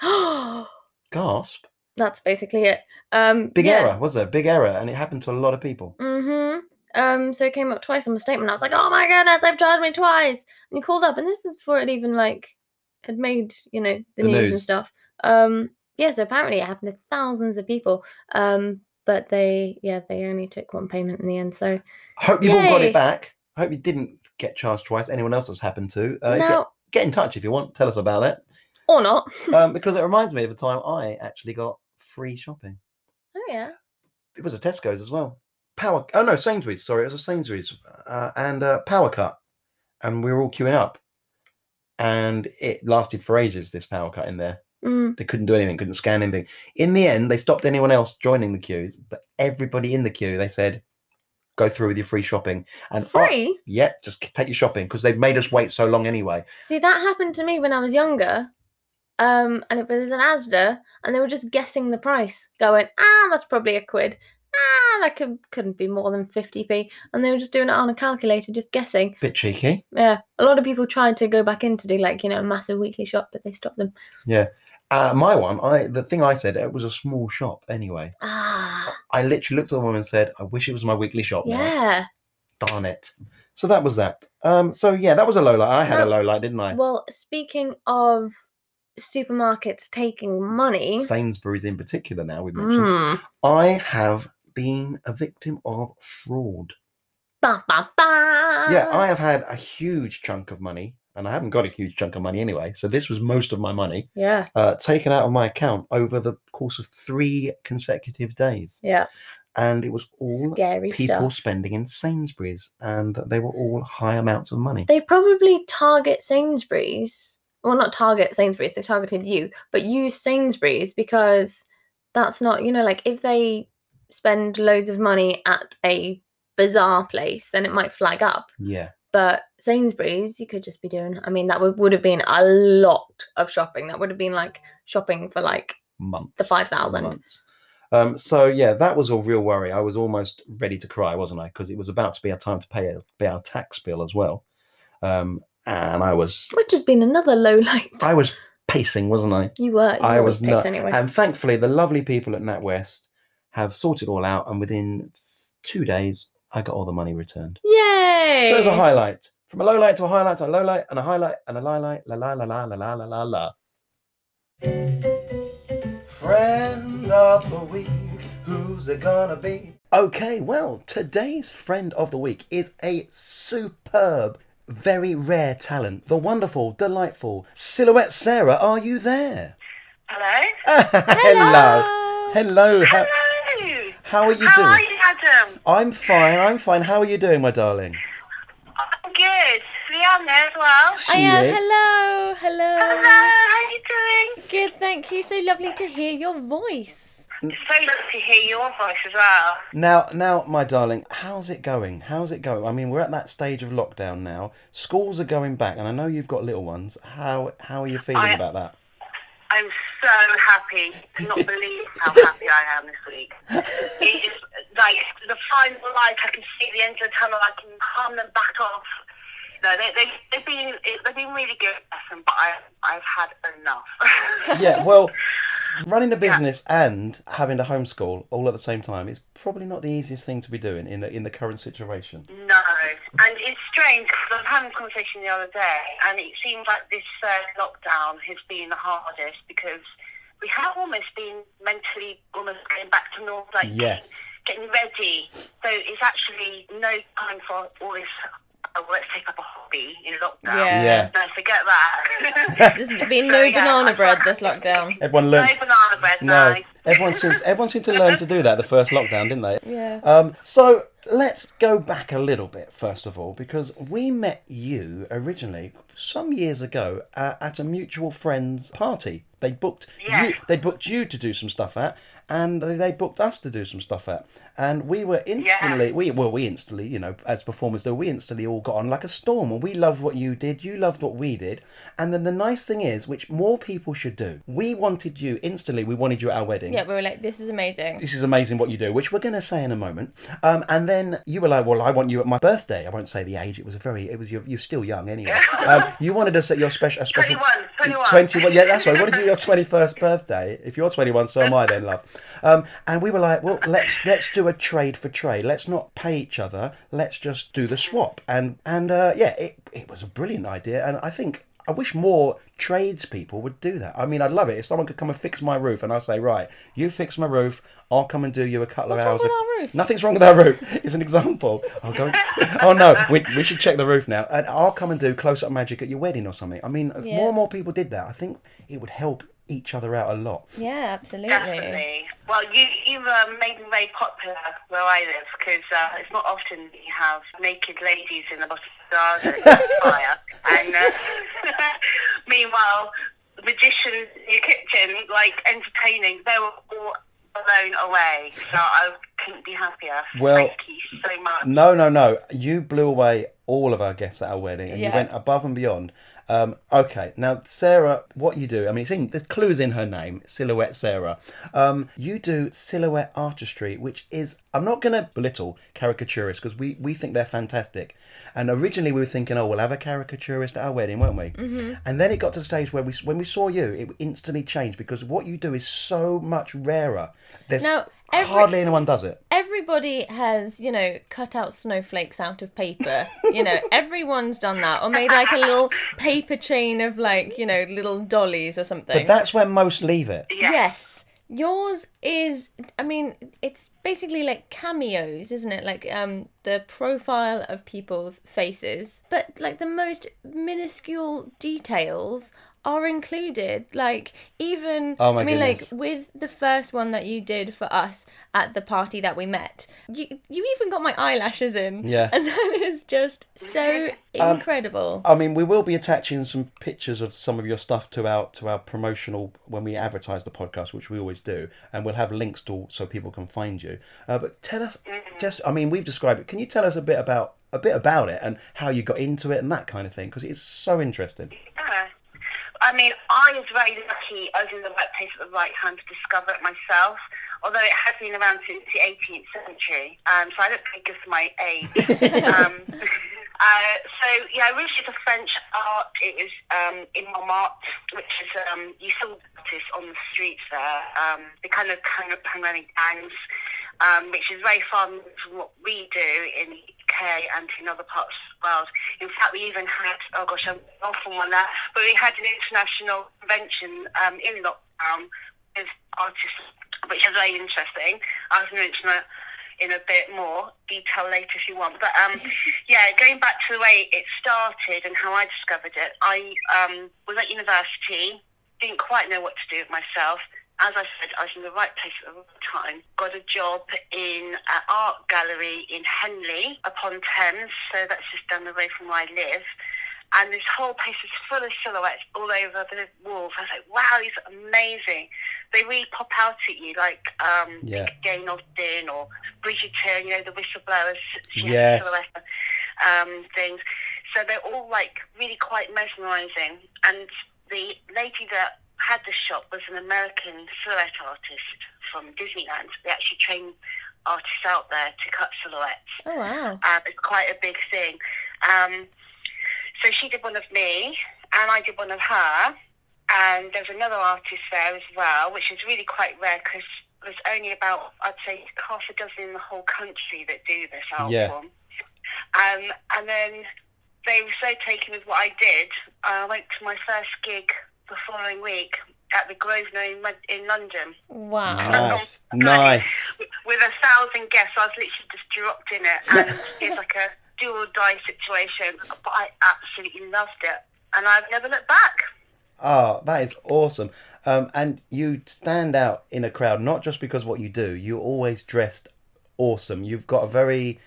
Gasp.
That's basically it. Um,
Big
yeah.
error, was there? Big error. And it happened to a lot of people.
Mm-hmm. Um, so it came up twice on my statement. I was like, oh my goodness, they've charged me twice. And he called up, and this is before it even like had made, you know,
The
the, news, and
news.
stuff. Um, yeah, so apparently it happened to thousands of people. Um, but they yeah, they only took one payment in the end. So
I hope you've all got
Yay.
it back. I hope you didn't get charged twice. Anyone else that's happened to? Uh, if you-
now
get in touch if you want. Tell us about it.
or not.
Um, because it reminds me of a time I actually got free shopping.
Oh yeah.
It was a Tesco's as well. Power. Oh no, Sainsbury's. Sorry, it was a Sainsbury's uh, and uh, power cut, and we were all queuing up, and it lasted for ages. This power cut in there.
Mm.
They couldn't do anything, couldn't scan anything. In the end, they stopped anyone else joining the queues, but everybody in the queue, they said, "Go through with your free shopping." And I-
Free.
Yeah, just c- take your shopping because they've made us wait so long anyway.
See, that happened to me when I was younger. Um, and it was an Asda, and they were just guessing the price, going, ah, that's probably a quid. Ah, that could, couldn't be more than 50p. And they were just doing it on a calculator, just guessing.
Bit cheeky.
Yeah. A lot of people tried to go back in to do, like, you know, a massive weekly shop, but they stopped them.
Uh, my one, I the thing I said it was a small shop anyway.
Ah,
I literally looked at the woman and said, "I wish it was my weekly shop." now.
yeah.
darn it. So that was that. Um, so yeah, that was a low light. I had a
No.
low light, didn't I?
Well, speaking of supermarkets taking money,
Sainsbury's in particular. Now we mentioned.
mm,
I have been a victim of fraud.
ba, ba, ba.
Yeah, I have had a huge chunk of money, and I haven't got a huge chunk of money anyway. So this was most of my money.
yeah,
uh, taken out of my account over the course of three consecutive days.
yeah.
And it was all
Scary
people
stuff.
spending in Sainsbury's, and they were all high amounts of money.
they probably target Sainsbury's. Well, not target Sainsbury's, they've targeted you, but use Sainsbury's because that's not, you know, like if they spend loads of money at a bizarre place, then it might flag up.
yeah.
But Sainsbury's, you could just be doing, I mean, that would, would have been a lot of shopping. That would have been like shopping for like
Months.
the 5,000.
months. Um, so yeah, that was a real worry. I was almost ready to cry, wasn't I? Because it was about to be our time to pay, pay our tax bill as well. Um, and I was,
Which has been another low light.
I was pacing, wasn't I?
you were. You
I
always
was not.
piss Anyway.
And thankfully, the lovely people at NatWest have sorted all out, and within two days, I got all the money returned.
Yay!
So it's a highlight. From a low light to a highlight to a low light and a highlight and a highlight, la la la la la la la la la. Friend of the week, who's it gonna be? Okay, well, today's friend of the week is a superb, very rare talent. The wonderful, delightful Silhouette Sarah, are you there?
Hello?
Hello. Hello. Uh, How,
Hello!
how are you
How are
doing?
you, Adam?
I'm fine. I'm fine. How are you doing, my darling?
I'm good. Leon there as well.
She
I am.
is.
Hello.
Hello, how are you doing?
Good, thank you. So lovely to hear your voice.
It's so lovely to hear your voice as well.
Now, now, my darling, how's it going? How's it going? I mean, we're at that stage of lockdown now. Schools are going back, and I know you've got little ones. How how are you feeling
I-
about that?
I'm so happy. Cannot believe how happy I am this week. It is like the final light. I can see the end of the tunnel. I can calm them back off. No, they, they, they've been they've been really good, Adam, but I, I've had enough.
Yeah, well, running a business and having to homeschool all at the same time is probably not the easiest thing to be doing in the, in the current situation.
No, and it's strange because I was having a conversation the other day, and it seems like this third lockdown has been the hardest because we have almost been mentally almost going back to normal, like
Yes.
getting ready. So it's actually no time for all this. Oh, let's take up a hobby in lockdown.
Yeah.
Yeah.
No, forget that.
There's been no
So, yeah,
banana
I
bread
can't-
this lockdown.
Everyone
no
learned.
banana bread,
No,
no.
everyone seemed everyone seemed to learn to do that the first lockdown, didn't they?
Yeah.
Um, so let's go back a little bit first of all because we met you originally some years ago uh, at a mutual friend's party. They booked you.
Yes.
They booked you to do some stuff at, and they they booked us to do some stuff at, and we were instantly. We well, we instantly, you know, as performers, though, we instantly all got on like a storm, and we loved what you did. You loved what we did, and then the nice thing is, which more people should do. We wanted you instantly. We wanted you at our wedding
Yeah, we were like, this is amazing.
this is amazing what you do, which we're going to say in a moment. Um, and then you were like, well, I want you at my birthday. I won't say the age. It was a very, it was, you're, you're still young anyway. Um, you wanted us at your special, a special.
21, 21.
21, yeah, that's right. What did you do your 21st birthday? If you're 21, so am I then, love. Um, and we were like, well, let's let's do a trade for trade. Let's not pay each other. Let's just do the swap. And and uh, yeah, it, it was a brilliant idea. And I think I wish more tradespeople would do that. I mean, I'd love it if someone could come and fix my roof, and I say, right, you fix my roof. I'll come and do you a couple
What's
of
wrong
hours.
with
of-
our roof?
Nothing's wrong with our roof. It's an example. I'll go. oh no, we, we should check the roof now. And I'll come and do close up magic at your wedding or something. I mean, if
Yeah.
more and more people did that, I think it would help each other out a lot.
Yeah, absolutely.
Definitely. Well, you, you've uh, made me very popular where I live because uh, it's not often that you have naked ladies in the bottom of the garden fire. And uh, meanwhile, the magician in your kitchen, like entertaining, they were all blown away. So I couldn't be happier.
Well-
Thank you so much.
No, no, no. You blew away all of our guests at our wedding, and you
Yeah.
went above and beyond. Um, okay, now Sarah, what you do? I mean, it's in the clues in her name, Silhouette Sarah. Um, you do silhouette artistry, which is I'm not going to belittle caricaturists because we we think they're fantastic. And originally we were thinking, oh, we'll have a caricaturist at our wedding, won't we? Mm-hmm. And then it got to the stage where we when we saw you, it instantly changed because what you do is so much rarer. There's
No, every-
hardly anyone does it.
Everybody has, you know, cut out snowflakes out of paper. You know, everyone's done that, or made like a little paper chain of like, you know, little dollies or something.
But that's where most leave it.
Yeah.
Yes. Yours is I mean, it's basically like cameos, isn't it? Like um the profile of people's faces. But like the most minuscule details are included. Like even
Oh my
I mean
goodness.
like with the first one that you did for us at the party that we met. You you even got my eyelashes in.
Yeah. Um,
And that is just so incredible.
I mean, we will be attaching some pictures of some of your stuff to our to our promotional when we advertise the podcast, which we always do, and we'll have links to so people can find you. Uh, but tell us, just I mean, we've described it. Can you tell us a bit about a bit about it and how you got into it and that kind of thing? Because it's so interesting.
Yeah. I mean, I was very lucky. I was in the right place at the right time to discover it myself. Although it has been around since the 18th century, um, so I don't think it's my age. um, uh, so yeah, I really did a French art. It was um, in Montmartre, which is um, you still notice on the streets there. Um, the kind of kind of panoramic gangs, um, which is very far removed from what we do in the UK and in other parts of the world. In fact, we even had, oh gosh, I'm off on one there, but we had an international convention um, in lockdown with artists, which is very interesting. I was mention that in a bit more detail later if you want. But um, yeah, going back to the way it started and how I discovered it, I um, was at university, didn't quite know what to do with myself. As I said, I was in the right place at the right time. Got a job in an art gallery in Henley upon Thames, so that's just down the road from where I live. And this whole place is full of silhouettes all over the walls. I was like, wow, these are amazing. They really pop out at you, like um,
Yeah.
Jane Austen or Bridgerton, you know, the whistleblowers, she
Yes.
has silhouette um, things. So they're all like really quite mesmerising. And the lady that had the shop was an American silhouette artist from Disneyland. They actually train artists out there to cut silhouettes.
oh wow.
Uh, it's quite a big thing. Um, so she did one of me, and I did one of her. And there's another artist there as well, which is really quite rare because there's only about, I'd say, half a dozen in the whole country that do this art
Yeah.
form. Um, and then they were so taken with what I did. I went to my first gig the following week at the Grosvenor in, Mon- in London
Wow.
Nice, nice.
with a thousand guests, I was literally just dropped in it, and it's like a do or die situation. But I absolutely loved it, and I've never looked back.
Oh, that is awesome. Um, and you stand out in a crowd not just because what you do. You're always dressed awesome. You've got a very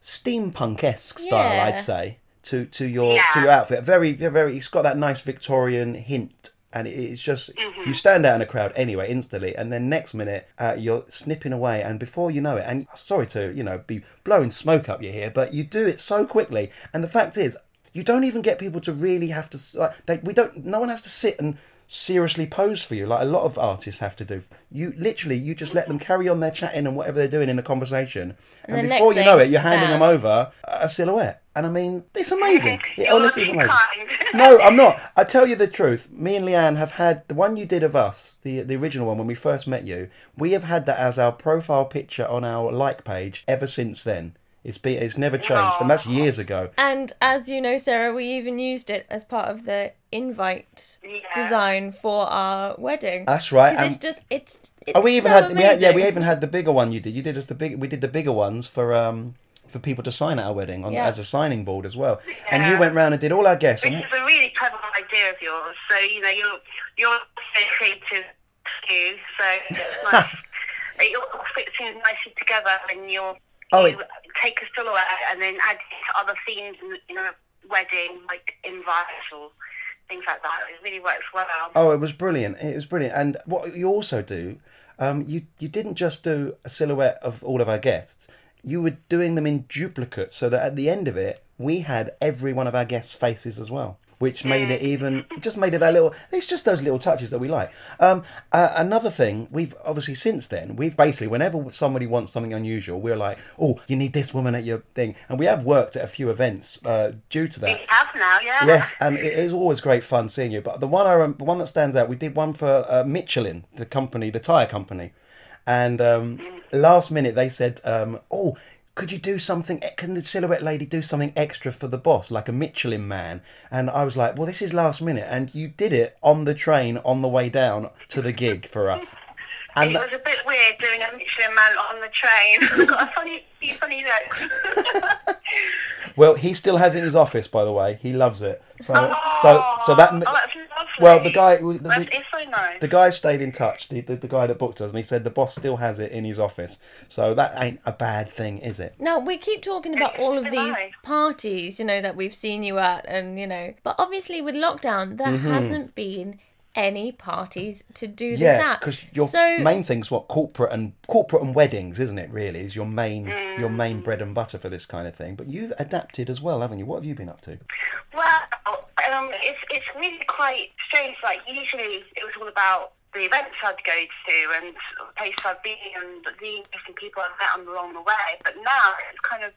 steampunk esque style,
Yeah.
I'd say, to to your to
Yeah.
your outfit. Very very. It's got that nice Victorian hint. And it- it's just
Mhm.
you stand out in a crowd anyway instantly, and then next minute uh, you're snipping away, and before you know it, and sorry to you know be blowing smoke up your ear, but you do it so quickly. And the fact is, you don't even get people to really have to s- like they, we don't. No one has to sit and seriously pose for you like a lot of artists have to do. You literally you just let them carry on their chatting and whatever they're doing in a conversation, and,
then
before
next
you know
thing,
it, you're handing
bam.
them over a silhouette. And I mean, it's amazing. It
You're
honestly is
being
amazing.
kind.
No, I'm not. I tell you the truth. Me and Leanne have had the one you did of us, the the original one when we first met you. We have had that as our profile picture on our like page ever since then. It's been it's never changed, and that's years ago.
And as you know, Sarah, we even used it as part of the invite
Yeah.
design for our wedding.
That's right.
Because
and-
it's just it's. it's
Oh, we even
so
had, we had yeah we
amazing.
even had the bigger one you did. You did us the big we did the bigger ones for um for people to sign at our wedding on
Yeah.
as a signing board as well. And you
Yeah.
went round and did all our guests.
Which
And,
is a really clever idea of yours. So you know you're you're so creative too. So it's nice. it all fits in nicely together, and you're
Oh,
you take a silhouette and then add it to other themes in, in a wedding, like invites or things like that. It really works well.
oh, it was brilliant. It was brilliant. And what you also do, um, you you didn't just do a silhouette of all of our guests. You were doing them in duplicate, so that at the end of it, we had every one of our guests' faces as well, which made it even it just made it that little. It's just those little touches that we like. Um, uh, another thing we've obviously since then we've basically whenever somebody wants something unusual, we're like, oh, you need this woman at your thing, and we have worked at a few events uh, due to
We
that.
have now, yeah.
Yes, and it is always great fun seeing you. But the one I rem- the one that stands out, we did one for uh, Michelin, the company, the tire company, and um, last minute they said, um, "Oh, could you do something? e-, Can the silhouette lady do something extra for the boss, like a Michelin man?" And I was like, "Well, this is last minute," and you did it on the train on the way down to the gig for us.
It
And
was a bit weird doing a Michelin man on the train. Got a funny, funny look.
well, he still has it in his office, by the way. He loves it. So, so,
Oh,
so that.
oh, that's lovely.
well, the guy. we-
That's,
we-
it's so nice.
The guy stayed in touch, the, the, the guy that booked us, and he said the boss still has it in his office. So that ain't a bad thing, is it?
Now we keep talking about all of these
Alive.
parties, you know, that we've seen you at, and you know, but obviously with lockdown, there
Mm-hmm.
hasn't been any parties to do this
Yeah,
at.
because your
so
main thing's what corporate and corporate and weddings, isn't it? Really, is your main your main bread and butter for this kind of thing. But you've adapted as well, haven't you? What have you been up to?
Well, um, it's it's really quite strange. Like usually, it was all about the events I'd go to and the place I'd be and the interesting people I'd met along the way. But now it's kind of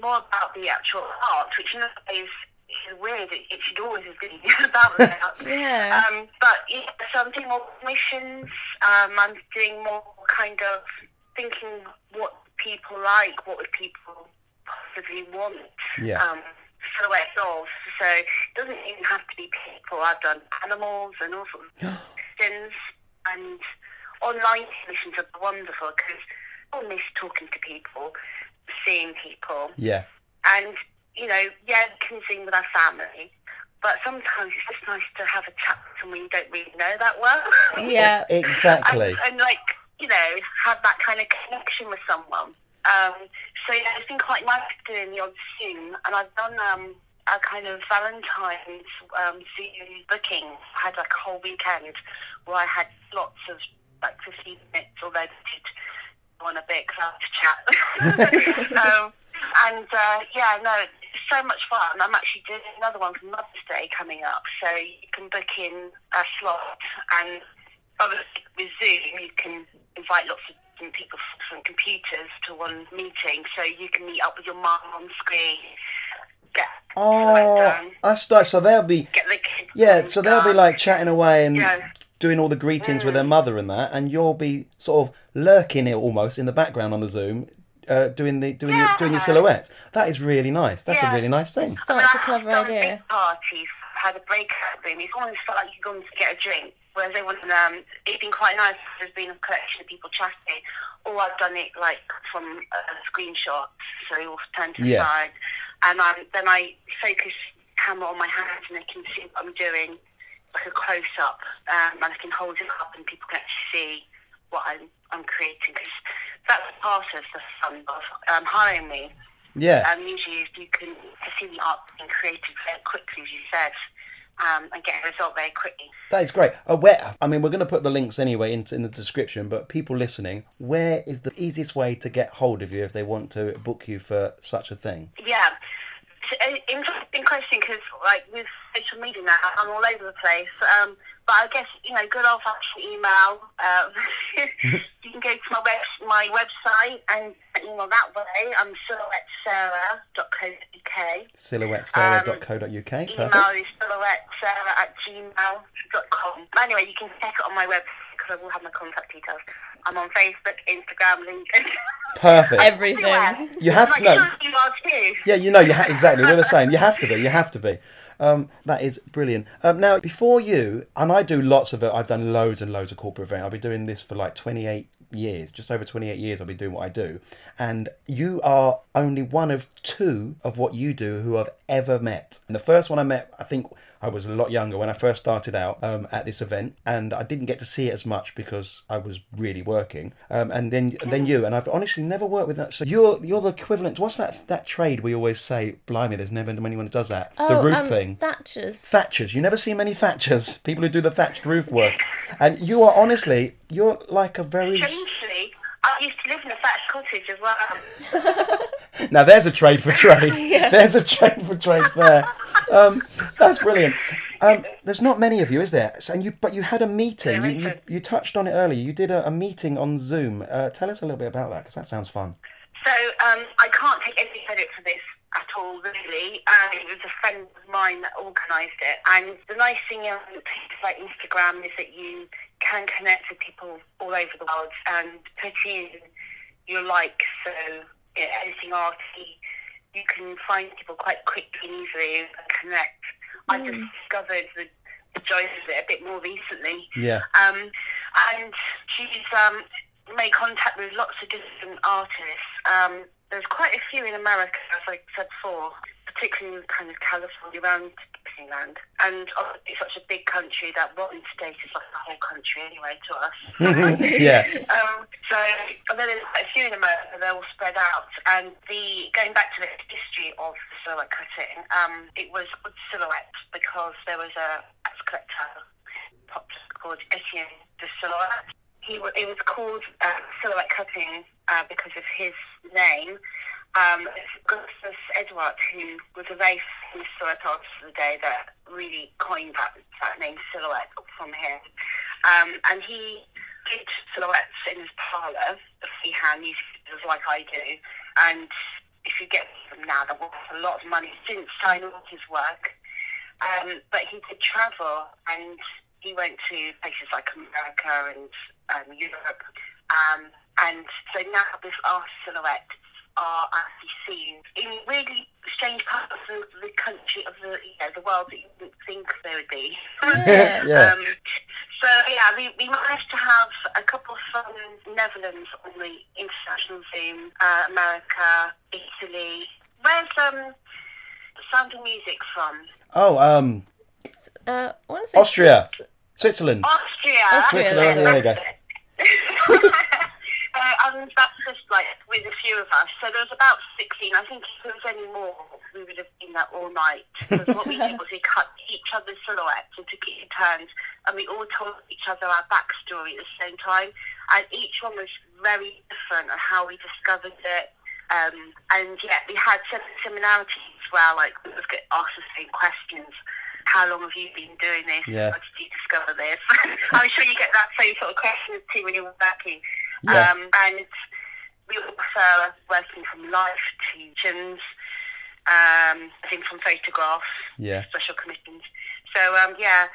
more about the actual art, which in a way is, is weird. It, it should always have been about the art.
yeah,
Um, but yeah, so I'm doing more commissions. Um, I'm doing more kind of thinking what people like, what would people possibly want.
Yeah.
Um, silhouettes of. So it doesn't even have to be people. I've done animals and all sorts of things. And online commissions are wonderful because I miss talking to people, seeing people
Yeah,
and you know, yeah, we can sing with our family, but sometimes it's just nice to have a chat with someone you don't really know that well.
yeah.
exactly.
and, and like you know, have that kind of connection with someone. Um, so yeah, it's been quite nice doing the odd Zoom, and I've done um, a kind of Valentine's um, Zoom booking. I had like a whole weekend where I had lots of like 15 minutes already to on a bit cloud chat. um, and uh, yeah, no, it's so much fun. I'm actually doing another one for Mother's Day coming up, so you can book in a slot and obviously with Zoom, you can invite lots of different people from computers to one meeting, so you can meet up with your mum on screen. Get,
Oh, that's nice. So they'll be
get the kids.
yeah.
on
So they'll be
done.
like chatting away and.
Oh Yeah. Mm.
Doing all the greetings with their mother and that, and you'll be sort of lurking it almost in the background on the Zoom, uh, doing the doing your, doing your
Yeah.
silhouettes. That is really nice. That's a
Yeah.
really nice thing.
Such
I
a clever
have done
idea.
Big parties had a breakout room. It's almost felt like you've gone to get a drink. Whereas everyone, um, it's been quite nice. There's been a collection of people chatting, or I've done it like from uh, screenshots, so we all turn to the
Yeah.
side, and um, then I focus camera on my hands, and they can see what I'm doing, like a close up, um, and I can hold it up, and people can actually see what I'm, I'm creating because that's part of the fun of um, hiring me
Yeah.
Um, usually, if you can to see the art being created very quickly, as you said, um, and get a result very quickly.
That is great. Uh, where I mean, we're going to put the links anyway into in the description. But people listening, where is the easiest way to get hold of you if they want to book you for such a thing?
Yeah. It's an interesting question because, like, with social media now, I'm all over the place. Um, but I guess, you know, good old fashioned email. Um, you can go to my, web- my website and email that way. I'm silhouettesarah.co.uk.
Silhouettesarah.co.uk.
Um, Email
Perfect.
is silhouettesarah at gmail.com. But anyway, you can check it on my website because I will have my contact details. I'm on Facebook, Instagram, LinkedIn.
Perfect.
Everything.
everywhere.
You have to
Like,
know.
sure you are too.
Yeah, you know, you ha- exactly. We're the same. You have to be. You have to be. Um, that is brilliant. Um, now, before you and I do lots of it. I've done loads and loads of corporate events. I've been doing this for like twenty eight years, just over twenty eight years. I've been doing what I do, and you are only one of two of what you do who I've ever met. And the first one I met, I think I was a lot younger when I first started out um, at this event, and I didn't get to see it as much because I was really working. Um, and then, and then you, and I've honestly never worked with that. So you're you're the equivalent. What's that that trade we always say? Blimey, there's never anyone who does that.
Oh,
the roof
um,
thing.
Thatchers.
Thatchers. You never see many thatchers. People who do the thatched roof work. And you are honestly, you're like a very
Strangely, I used to live in a thatched cottage as well.
Now there's a trade for trade. There's a trade for trade there. Um, that's brilliant. Um, there's not many of you, is there? So, and you, but you had a meeting.
There
You, you,
isn't.
you touched on it earlier. You did a, a meeting on Zoom. Uh, tell us a little bit about that, because that sounds fun.
So um, I can't take any credit for this at all, really. Um, it was a friend of mine that organised it. And the nice thing on places like Instagram is that you can connect with people all over the world and put in your likes. So yeah, anything arty, you can find people quite quickly and easily and connect. I just discovered the, the joys of it a bit more recently.
Yeah.
Um, and she's um, made contact with lots of different artists. Um, there's quite a few in America, as I said before, particularly in kind of California around Disneyland. And obviously it's such a big country that one state is like a whole country anyway to us.
yeah.
Um, so and then there's quite a few in America, they're all spread out. And the going back to the history of the silhouette cutting, um, it was with silhouette because there was a tax collector pop- called Etienne de Silhouette. He wa it was called uh, silhouette cutting uh, because of his name. Um, it's Augustus Edward, who was a very famous silhouette artist of the day, that really coined that, that name silhouette from him. Um, and he did silhouettes in his parlour, freehand, just like I do. And if you get them now, they're worth a lot of money. He didn't sign all his work, um, but he did travel and he went to places like America and um, Europe. Um, and so now this art silhouette are actually seen in really strange parts of the, the country of the you know the world that you wouldn't think they would be.
Yeah.
yeah.
Um, so yeah, we, we managed to have a couple from Netherlands on the international Zoom, uh, America, Italy. Where's um, Sound of Music from?
Oh, um,
Uh, I want to say
Austria, Switzerland.
Austria.
Austria, Switzerland,
there you go.
uh, and that's just like with a few of us. So there was about 16. I think if there was any more, we would have been there all night. Because what we did was we cut each other's silhouettes and took it in turns, and we all told each other our backstory at the same time. And each one was very different on how we discovered it. Um, and yeah, we had some similarities where like we would get asked the same questions. How long have you been doing this?
Yeah.
How did you discover this? I'm sure you get that same sort of question too when you're working.
Yeah.
Um, and we also are working from live teachings, um, I think from photographs,
Yeah.
special commissions. So um, yeah,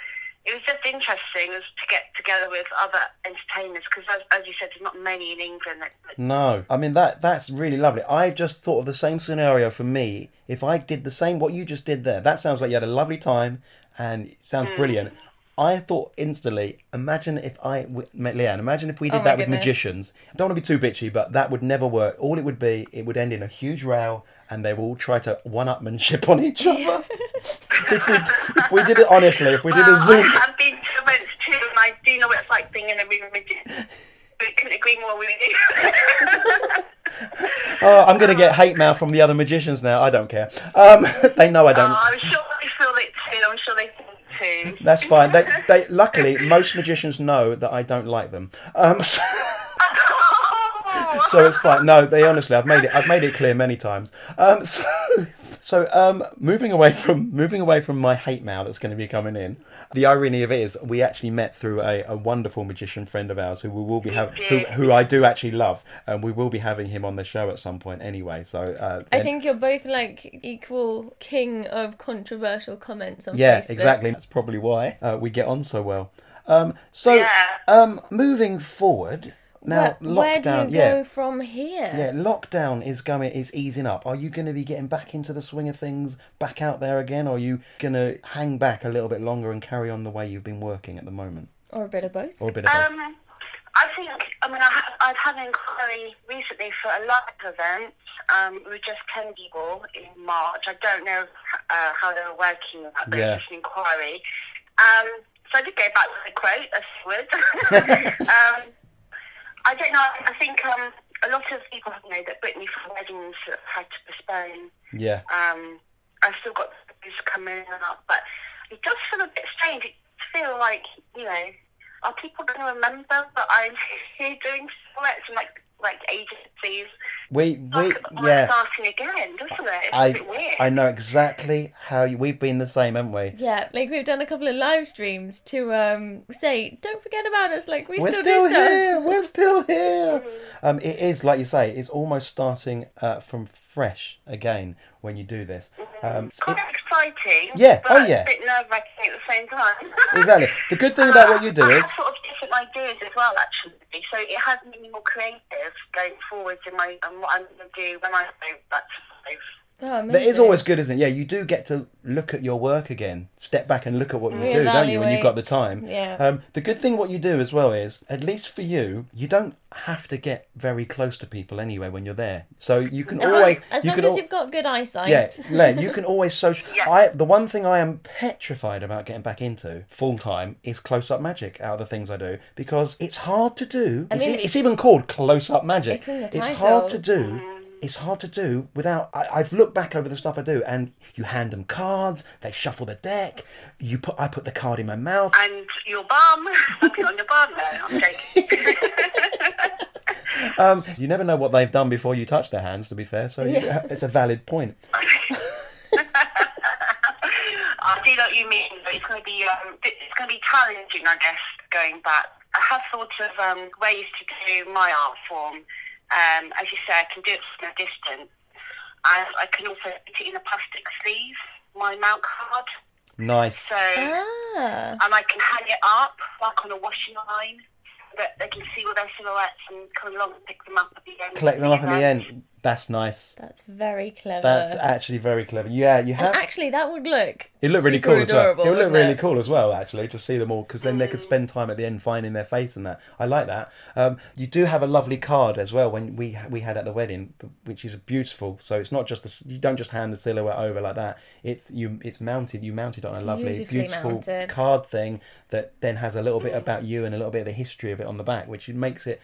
it was just interesting was to get together with other entertainers because, as, as you said, there's not many in England that, that
No, I mean that that's really lovely. I just thought of the same scenario for me. If I did the same what you just did there, that sounds like you had a lovely time, and it
Mm.
sounds brilliant. I thought instantly, imagine if I w- met Leanne. Imagine if we did
Oh my
that with
goodness.
magicians. I don't want to be too bitchy, but that would never work. All it would be, it would end in a huge row, and they would all try to one-upmanship on each other. if, we, if we did it honestly, if we did a
Well,
Zoom,
I- I've been to events too, and I do know what it's like being in a room with you. We couldn't agree more with you.
Oh, I'm going to get hate mail from the other magicians now. I don't care. Um, they know I don't.
Oh, I'm sure they feel it too. I'm sure they think too.
That's fine. They, they luckily most magicians know that I don't like them. Um, so, so it's fine. No, they honestly, I've made it. I've made it clear many times. Um, so, so um, moving away from moving away from my hate mail that's going to be coming in. The irony of it is, we actually met through a, a wonderful magician friend of ours who we will be having, who, who I do actually love, and we will be having him on the show at some point anyway. So uh,
I
then-
think you're both like equal king of controversial comments on
Yeah,
Facebook.
exactly. That's probably why uh, we get on so well. Um, so,
Yeah.
um, moving forward now,
where,
lockdown.
where do you
yeah,
go from here?
yeah, lockdown is going is easing up. Are you going to be getting back into the swing of things, back out there again, or are you going to hang back a little bit longer and carry on the way you've been working at the moment,
Or a bit of both.
or a bit of both?
Um, I think, I mean, I ha- I've had an inquiry recently for a live event um, with just 10 people in March. I don't know uh, how they were working, on that, but
Yeah.
it's just an inquiry. Um, so I did go back to the quote, as you would. um, I don't know, I think um, a lot of people have know that Brittany for weddings have had to postpone.
Yeah,
Um, I've still got things coming in and up, but it does feel a bit strange. It feel like you know, are people going to remember that I'm here doing splits and like like agencies?
we we
Like, we're
yeah.
starting again, doesn't it? It's oh, a
I
bit weird.
I know exactly how you, we've been the same, haven't we?
Yeah, like we've done a couple of live streams to um say, don't forget about us. Like we
we're
still,
still,
do stuff.
here. We're still here. Um, it is like you say. It's almost starting uh, from fresh again when you do this. Um, s-
Quite
it-
exciting.
Yeah,
but
oh, yeah.
A bit nerve wracking at the same time.
exactly. The good thing about what you do
I
is
have sort of different ideas as well, actually. So it has made me more creative going forwards in my and what I'm going to do when I go back to life.
Oh,
that is
amazing.
always good, isn't it? Yeah, you do get to look at your work again, step back and look at what you do, don't you? When you've got the
Reevaluate.
time.
Yeah.
Um, the good thing what you do as well is, at least for you, you don't have to get very close to people anyway when you're there. So you can
As long,
always
as,
you
long
can
as
al-
you've got good eyesight.
Yeah, Len, you can always social.
Yeah.
I the one thing I am petrified about getting back into full time is close up magic. Out of the things I do, because it's hard to do.
I
it's, e,
mean-
it's even called close up magic.
It's in the
hard to
title.
do. It's hard to do without. I, I've looked back over the stuff I do, and you hand them cards. They shuffle the deck. You put. I put the card in my mouth.
and your bum. Something on your bum. No, I'm joking.
Um, you never know what they've done before you touch their hands. To be fair, so you, it's a valid point.
I do know what you mean, but it's going to be um, it's going to be challenging, I guess, going back. I have thought of um, ways to do my art form. Um, as you say, I can do it from a distance, and I can also put it in a plastic sleeve, my mount card.
Nice.
So
Ah,
and I can hang it up like on a washing line, so that they can see all their silhouettes and come along and pick them up at the end.
Collect them up in the end. That's nice.
that's very clever.
That's actually very clever. Yeah, you
And
have.
actually, that would look.
It looked really
super
cool as well.
adorable,
It looked
wouldn't
really
it? Mm.
cool as well, actually, to see them all, because then they could spend time at the end finding their face and that. I like that. Um, you do have a lovely card as well when we we had at the wedding, which is beautiful. So it's not just the, you don't just hand the silhouette over like that. It's you. It's mounted. You mounted on a lovely,
Beautifully
beautiful
mounted.
card thing that then has a little bit about you and a little bit of the history of it on the back, which makes it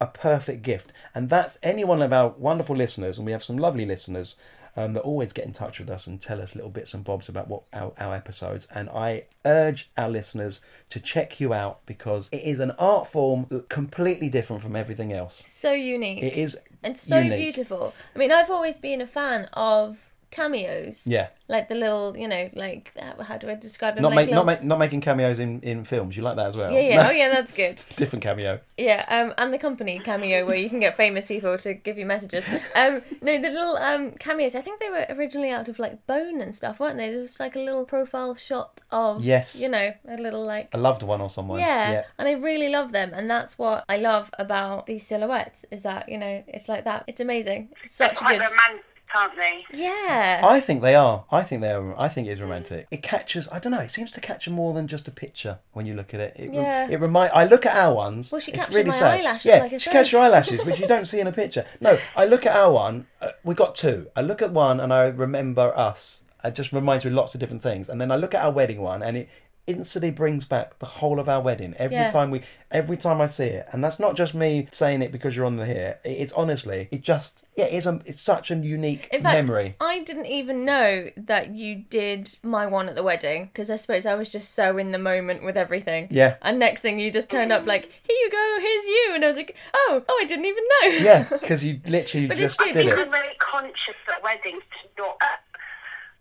a perfect gift. And that's any one of our wonderful listeners, and we have some lovely listeners um, that always get in touch with us and tell us little bits and bobs about what our, our episodes. And I urge our listeners to check you out because it is an art form completely different from everything else.
So unique.
It is,
and so
unique.
beautiful. I mean, I've always been a fan of cameos.
yeah.
Like the little, you know, like how- how do I describe them?
Not,
like
make, not,
little-
make, not making cameos in, in films. You like that as well?
Yeah, yeah. Oh, yeah. That's good.
Different cameo.
Yeah, um, and the company cameo where you can get famous people to give you messages. Um, no, the little um cameos. I think they were originally out of like Bone and stuff, weren't they? There was like a little profile shot of
Yes.
you know, a little like
A loved one or someone.
yeah,
yeah.
and I really love them, and that's what I love about these silhouettes is that you know it's like that. It's amazing. It's such a
Quite
good.
romantic, aren't they?
Yeah.
I think they are. I think they are. I think it is romantic. It catches. I don't know. It seems to capture more than just a picture when you look at it. It, re-
Yeah.
it remind. I look at our ones.
Well, she
it's
captured
really
my
sad.
eyelashes,
Yeah,
like I
she catches
said.
your eyelashes, which you don't see in a picture. No, I look at our one. Uh, we got two. I look at one and I remember us. It just reminds me of lots of different things. And then I look at our wedding one and it. instantly brings back the whole of our wedding every
Yeah.
time we every time I see it and that's not just me saying it because you're on the here It- it's honestly it just yeah it's a it's such a unique
In fact,
memory
I didn't even know that you did my one at the wedding because I suppose I was just so in the moment with everything.
yeah
And next thing you just turned up like, here you go, here's you. And I was like, oh, oh, I didn't even know.
yeah because you literally
But it's
just
good
did
think
it
because
I'm very conscious at weddings to not, uh,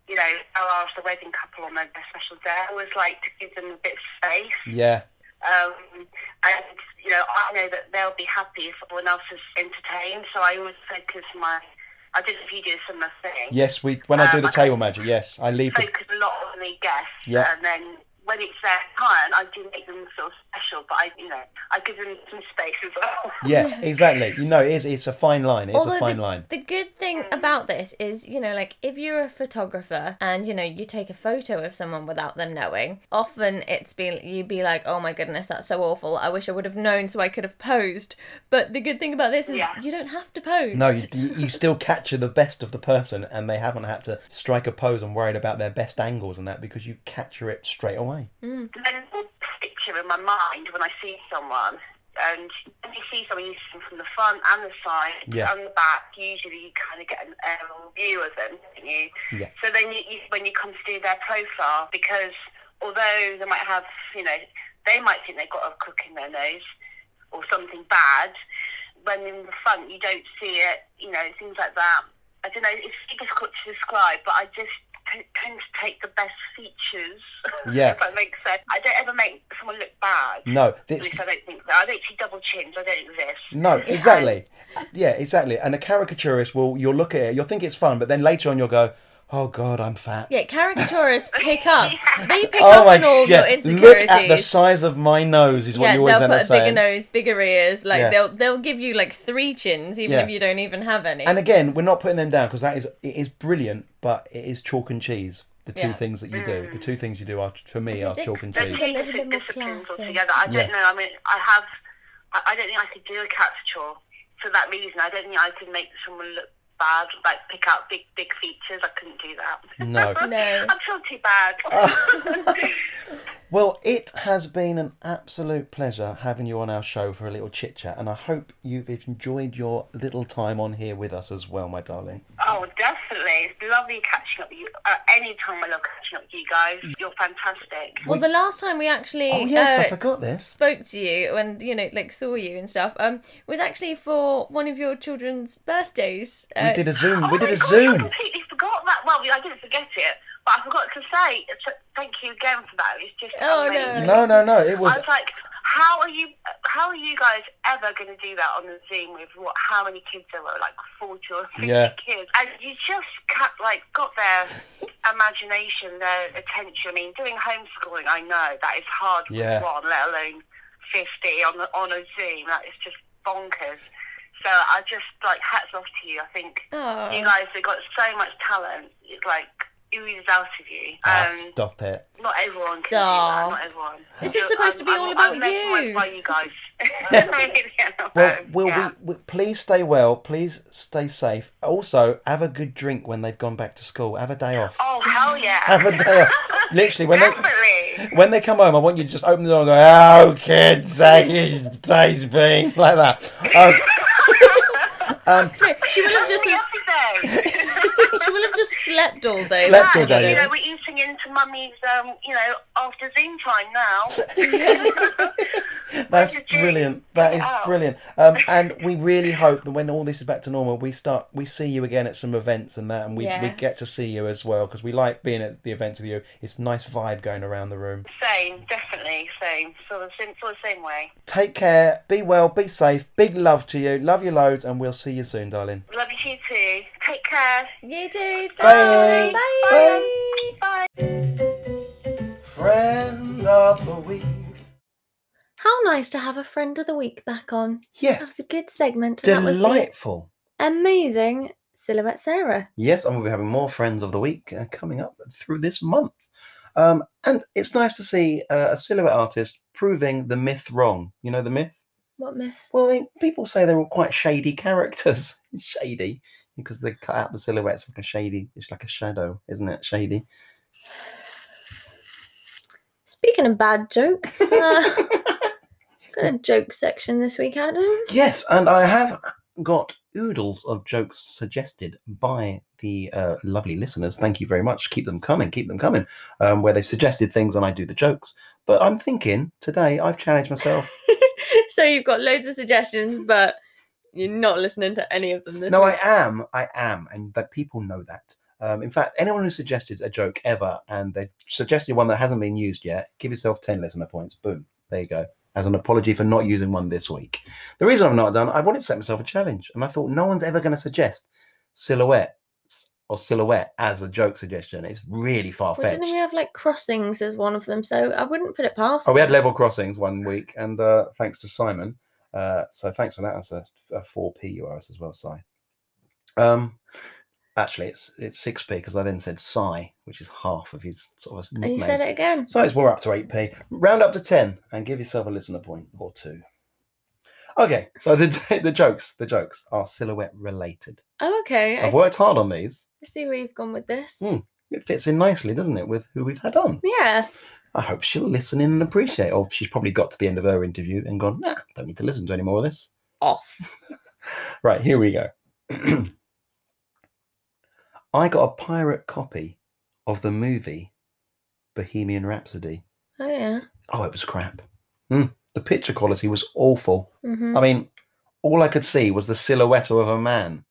you know, harass the wedding couple on their special day. I always like to give them a bit of space.
yeah
Um, and, you know, I know that they'll be happy if everyone else is entertained. So I always focus my, I don't know if you do a similar thing.
yes we when I do
Um,
the
I-
table magic yes I leave the,
Focus a lot on the guests.
Yeah.
And then when it's their time, I do make them feel special. But I, you know, I give them some space as well.
yeah exactly you know it's it's a fine line it's a
Although
fine
the,
line
the good thing about this is, you know, like if you're a photographer and you know you take a photo of someone without them knowing, often it's be you'd be like, oh my goodness, that's so awful. I wish I would have known so I could have posed. But the good thing about this is
Yeah.
you don't have to pose.
No, you, you you still capture the best of the person, and they haven't had to strike a pose and worried about their best angles and that because you capture it straight away.
Mm-hmm.
then picture in my mind when I see someone. And when you see someone, you see them from the front and the side
Yeah.
and the back. Usually, you kind of get an aerial view of them, don't you?
Yeah.
So then, you, you, when you come to do their profile, because although they might have, you know, they might think they've got a crook in their nose or something bad, when in the front you don't see it, you know, things like that. I don't know. It's difficult to describe, but I just t- tend to take the best features.
Yeah.
if that makes sense. I don't ever make someone look bad.
No,
At
it's,
least I don't think so. I don't see double chins. I don't exist.
no, exactly. Yeah, exactly. And a caricaturist will you'll look at it, you'll think it's fun, but then later on you'll go, "Oh God, I'm fat."
Yeah, caricaturists pick up. They pick
Oh
up
my
on all
yeah,
your
look at the
insecurities.
size of my nose is what
yeah,
you always
they'll
end
put
up
a bigger
saying.
nose, bigger ears. Like
Yeah.
they'll they'll give you like three chins, even
Yeah.
if you don't even have any.
And again, we're not putting them down because that is it is brilliant, but it is chalk and cheese. The two
Yeah.
things that you do, the two things you do are for me
This
are
is-
chalk and
this
cheese.
is a little bit more classy.
altogether. I
Yeah.
don't know. I mean, I have. I, I don't think I could do a caricature for that reason. I don't think I could make someone look bad, like pick out big, big features. I couldn't do that.
No.
No.
I feel too bad.
Well, it has been an absolute pleasure having you on our show for a little chit chat, and I hope you've enjoyed your little time on here with us as well, my darling.
oh, definitely. It's lovely catching up with you. Uh, Any time I love catching up with you guys, you're fantastic.
well, the last time we actually
Oh, yes,
uh,
I forgot this.
spoke to you and you know like saw you and stuff um was actually for one of your children's birthdays uh,
We did a Zoom.
Oh
we did
my
a
gosh, I
Zoom.
completely forgot that. Well, I didn't forget it, but I forgot to say so thank you again for that. It's just
Oh, no.
amazing.
No, no, no. It was
I was like, how are you? How are you guys ever going to do that on the Zoom with what? How many kids there were? Like forty or fifty
Yeah.
kids, and you just kept like got their imagination, their attention. I mean, doing homeschooling, I know that is hard
Yeah.
with one, let alone fifty on the, on a Zoom. That is just bonkers. So I just like hats off to you. I think
oh,
you guys have got so much talent. It's like oozes out of you.
Ah,
Um,
stop it.
not everyone can do
Stop.
that. Not everyone.
This is
So um,
supposed to be
I'm-
all
I'm-
about
I'm mesmerised
you.
By you guys.
oh,
Well, will
Yeah.
we, we? Please stay well. Please stay safe. Also, have a good drink when they've gone back to school. Have a day off.
Oh hell yeah!
Have a day off. Literally, when they
Definitely.
when they come home, I want you to just open the door and go, "Oh, kids, how you days been?" like that. Um,
no, she will have just
Just every day.
she will have just slept all day
Slept all day,
You
yeah.
know, we're eating into mummy's, um, you know, after Zoom time now.
That's
Where did you
brilliant. That is
Oh.
out?
brilliant. Um, and we really hope that when all this is back to normal, we start we see you again at some events and that, and we, we
Yes.
get to see you as well because we like being at the events with you. It's nice vibe going around the room.
Same, definitely, same. Sort of, same, sort of same way.
Take care. Be well. Be safe. Big love to you. Love you loads, and we'll see you soon, darling.
Love you too. Take care.
you too
Bye.
bye,
Bye.
Bye.
Friend of the week.
how nice to have a friend of the week back on that
Yes,
was a good segment and that was the
delightful.
amazing silhouette sarah
Yes, and we'll be having more friends of the week uh, coming up through this month. Um, and it's nice to see uh, a silhouette artist proving the myth wrong. You know the myth?
what myth
Well, they, people say they're all quite shady characters. shady because they cut out the silhouettes like a shady. It's like a shadow, isn't it? Shady.
it's Speaking of bad jokes, uh, got a joke section this week, Adam.
Yes, and I have got oodles of jokes suggested by the uh, lovely listeners. Thank you very much. Keep them coming, keep them coming. Um, where they've suggested things and I do the jokes. But I'm thinking today I've challenged myself.
so you've got loads of suggestions, but you're not listening to any of them this
no,
week.
I am. I am, and that people know that. Um, in fact, anyone who suggested a joke ever and they've suggested one that hasn't been used yet, give yourself ten listener points. Boom, there you go. As an apology for not using one this week. The reason I've not done, I wanted to set myself a challenge, and I thought no one's ever going to suggest silhouettes or silhouette as a joke suggestion. It's really far
well, didn't
fetched.
we have like crossings as one of them? So I wouldn't put it past.
Oh, we had level crossings one week, and uh, thanks to Simon. Uh, so thanks for that. That's a, a 4p you owe us as well, Si. Um, actually, it's it's 6p because I then said Si, which is half of his sort of
and
nickname.
Oh, you said it again.
So it's we're up to 8p. Round up to 10 and give yourself a listener point or two. Okay, so the the jokes the jokes are silhouette related.
Oh, okay. I
I've worked hard on these.
I see where you've gone with this.
Hmm. It fits in nicely, doesn't it, with who we've had on?
Yeah.
I hope she'll listen in and appreciate. Or she's probably got to the end of her interview and gone, nah, don't need to listen to any more of this.
Off.
Right, here we go. I got a pirate copy of the movie Bohemian Rhapsody.
Oh yeah.
Oh, it was crap. Mm, the picture quality was awful.
hmm
I mean, all I could see was the silhouette of a man.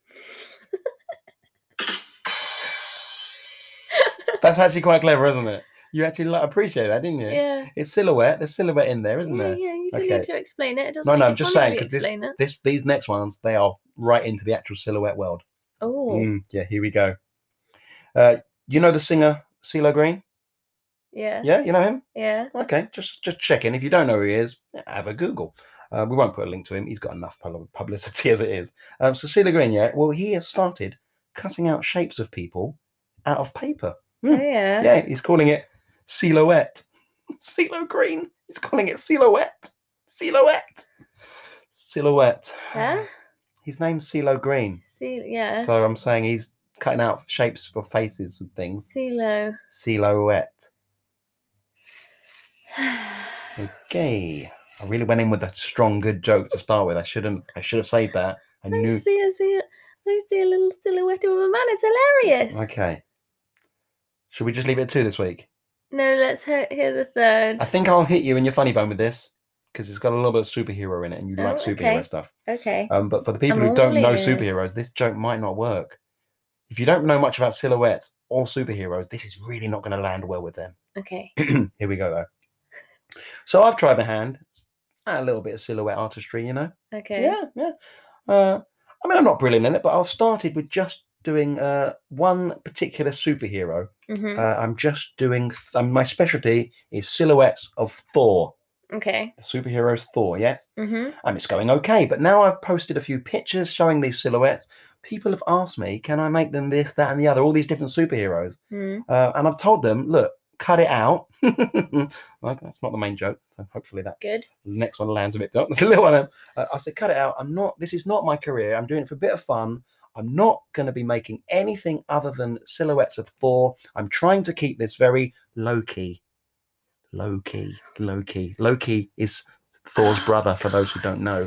That's actually quite clever, isn't it? You actually like, appreciate that, didn't you?
Yeah.
It's silhouette. There's silhouette in there,
Yeah,
isn't
yeah,
there?
you don't
Okay.
need to explain it. It doesn't
No,
make
no,
it
I'm just
funny if
saying,
you
'cause this-
explain it.
This these next ones, they are right into the actual silhouette world.
Oh,
Mm, yeah, here we go. Uh, you know the singer CeeLo Green?
yeah,
Yeah, you know him.
yeah.
Okay, just just check in. If you don't know who he is, have a Google. Uh, we won't put a link to him. He's got enough pub- publicity as it is. Um, so CeeLo Green, yeah. Well, he has started cutting out shapes of people out of paper.
Oh
Mm.
yeah.
Yeah, he's calling it silhouette. CeeLo Green. He's calling it silhouette. Silhouette. Silhouette.
Huh?
His name's CeeLo Green.
See, yeah.
So I'm saying he's cutting out shapes for faces and things.
CeeLo.
Silhouette. Okay. I really went in with a strong, good joke to start with. I shouldn't. I should have saved that. I
I
knew.
see, I see it. I see a little silhouette of a man. It's hilarious.
Okay. Should we just leave it at two this week?
No, let's hear, hear the third.
I think I'll hit you in your funny bone with this because it's got a little bit of superhero in it, and you like
Oh,
superhero
okay.
stuff.
Okay.
Um, but for the people
I'm
who don't
all
know
ears.
superheroes, this joke might not work. If you don't know much about silhouettes or superheroes, this is really not going to land well with them.
Okay.
Here we go though. So I've tried my hand s- at a little bit of silhouette artistry, you know.
Okay.
Yeah, yeah. Uh, I mean, I'm not brilliant in it, but I've started with just doing uh, one particular superhero.
hmm
Uh, I'm just doing. Th- um, my specialty is silhouettes of Thor.
Okay.
The superhero's Thor, yes,
hmm
and it's going okay. But now I've posted a few pictures showing these silhouettes. People have asked me, can I make them this, that, and the other, all these different superheroes.
Mm.
Uh, and I've told them, look, cut it out. Like, that's not the main joke. So hopefully that
Good.
the next one lands a bit. That's a little one. um, Uh, I said, cut it out. I'm not. This is not my career. I'm doing it for a bit of fun. I'm not going to be making anything other than silhouettes of Thor. I'm trying to keep this very low key. Low key, low key. Low key is Thor's brother. For those who don't know,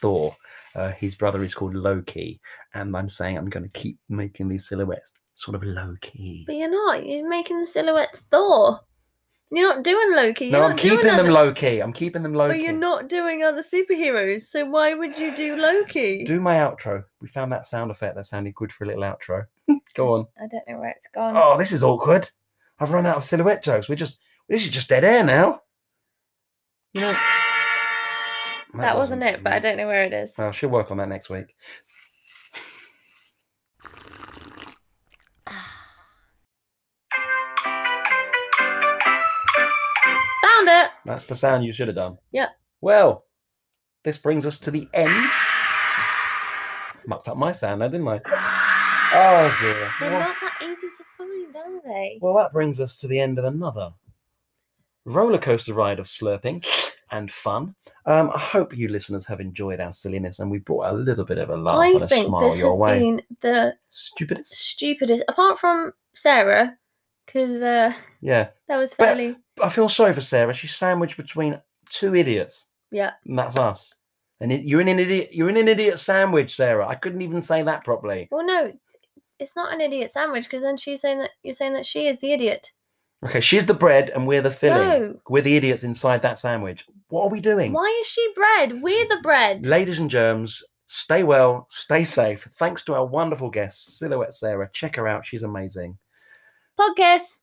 Thor. Uh, his brother is called Loki, and I'm saying I'm going to keep making these silhouettes sort of low key.
But you're not. You're making the silhouettes Thor. You're not doing Loki. You're
No,
not
I'm
doing
keeping them
other-
low key. I'm keeping them low
But
key.
you're not doing other superheroes, so why would you do Loki?
Do my outro. We found that sound effect that sounded good for a little outro. Go on.
I don't know where it's gone.
Oh, this is awkward. I've run out of silhouette jokes. We're just this is just dead air now. You know
that, wasn't, it, but I don't know where it is.
Oh, she'll work on that next week.
Found it.
That's the sound you should have done.
Yeah.
Well, this brings us to the end. Mucked up my sound now, didn't I? Oh dear.
They're
What-
not that easy to find, are they?
Well, that brings us to the end of another roller coaster ride of slurping and fun. Um, I hope you listeners have enjoyed our silliness and we brought a little bit of a laugh
I
and a
think
smile
this
your
has
way.
been the
Stupidest.
stupidest, apart from Sarah, because uh,
Yeah.
that was
But-
fairly.
I feel sorry for Sarah. She's sandwiched between two idiots.
Yeah.
And that's us. And it, you're in an idiot. You're in an idiot sandwich, Sarah. I couldn't even say that properly.
Well, no, it's not an idiot sandwich because then she's saying that you're saying that she is the idiot.
Okay, she's the bread and we're the filling.
No.
We're the idiots inside that sandwich. What are we doing?
Why is she bread? We're the bread.
Ladies and germs, stay well, stay safe. Thanks to our wonderful guest, Silhouette Sarah. Check her out. She's amazing.
Podcast.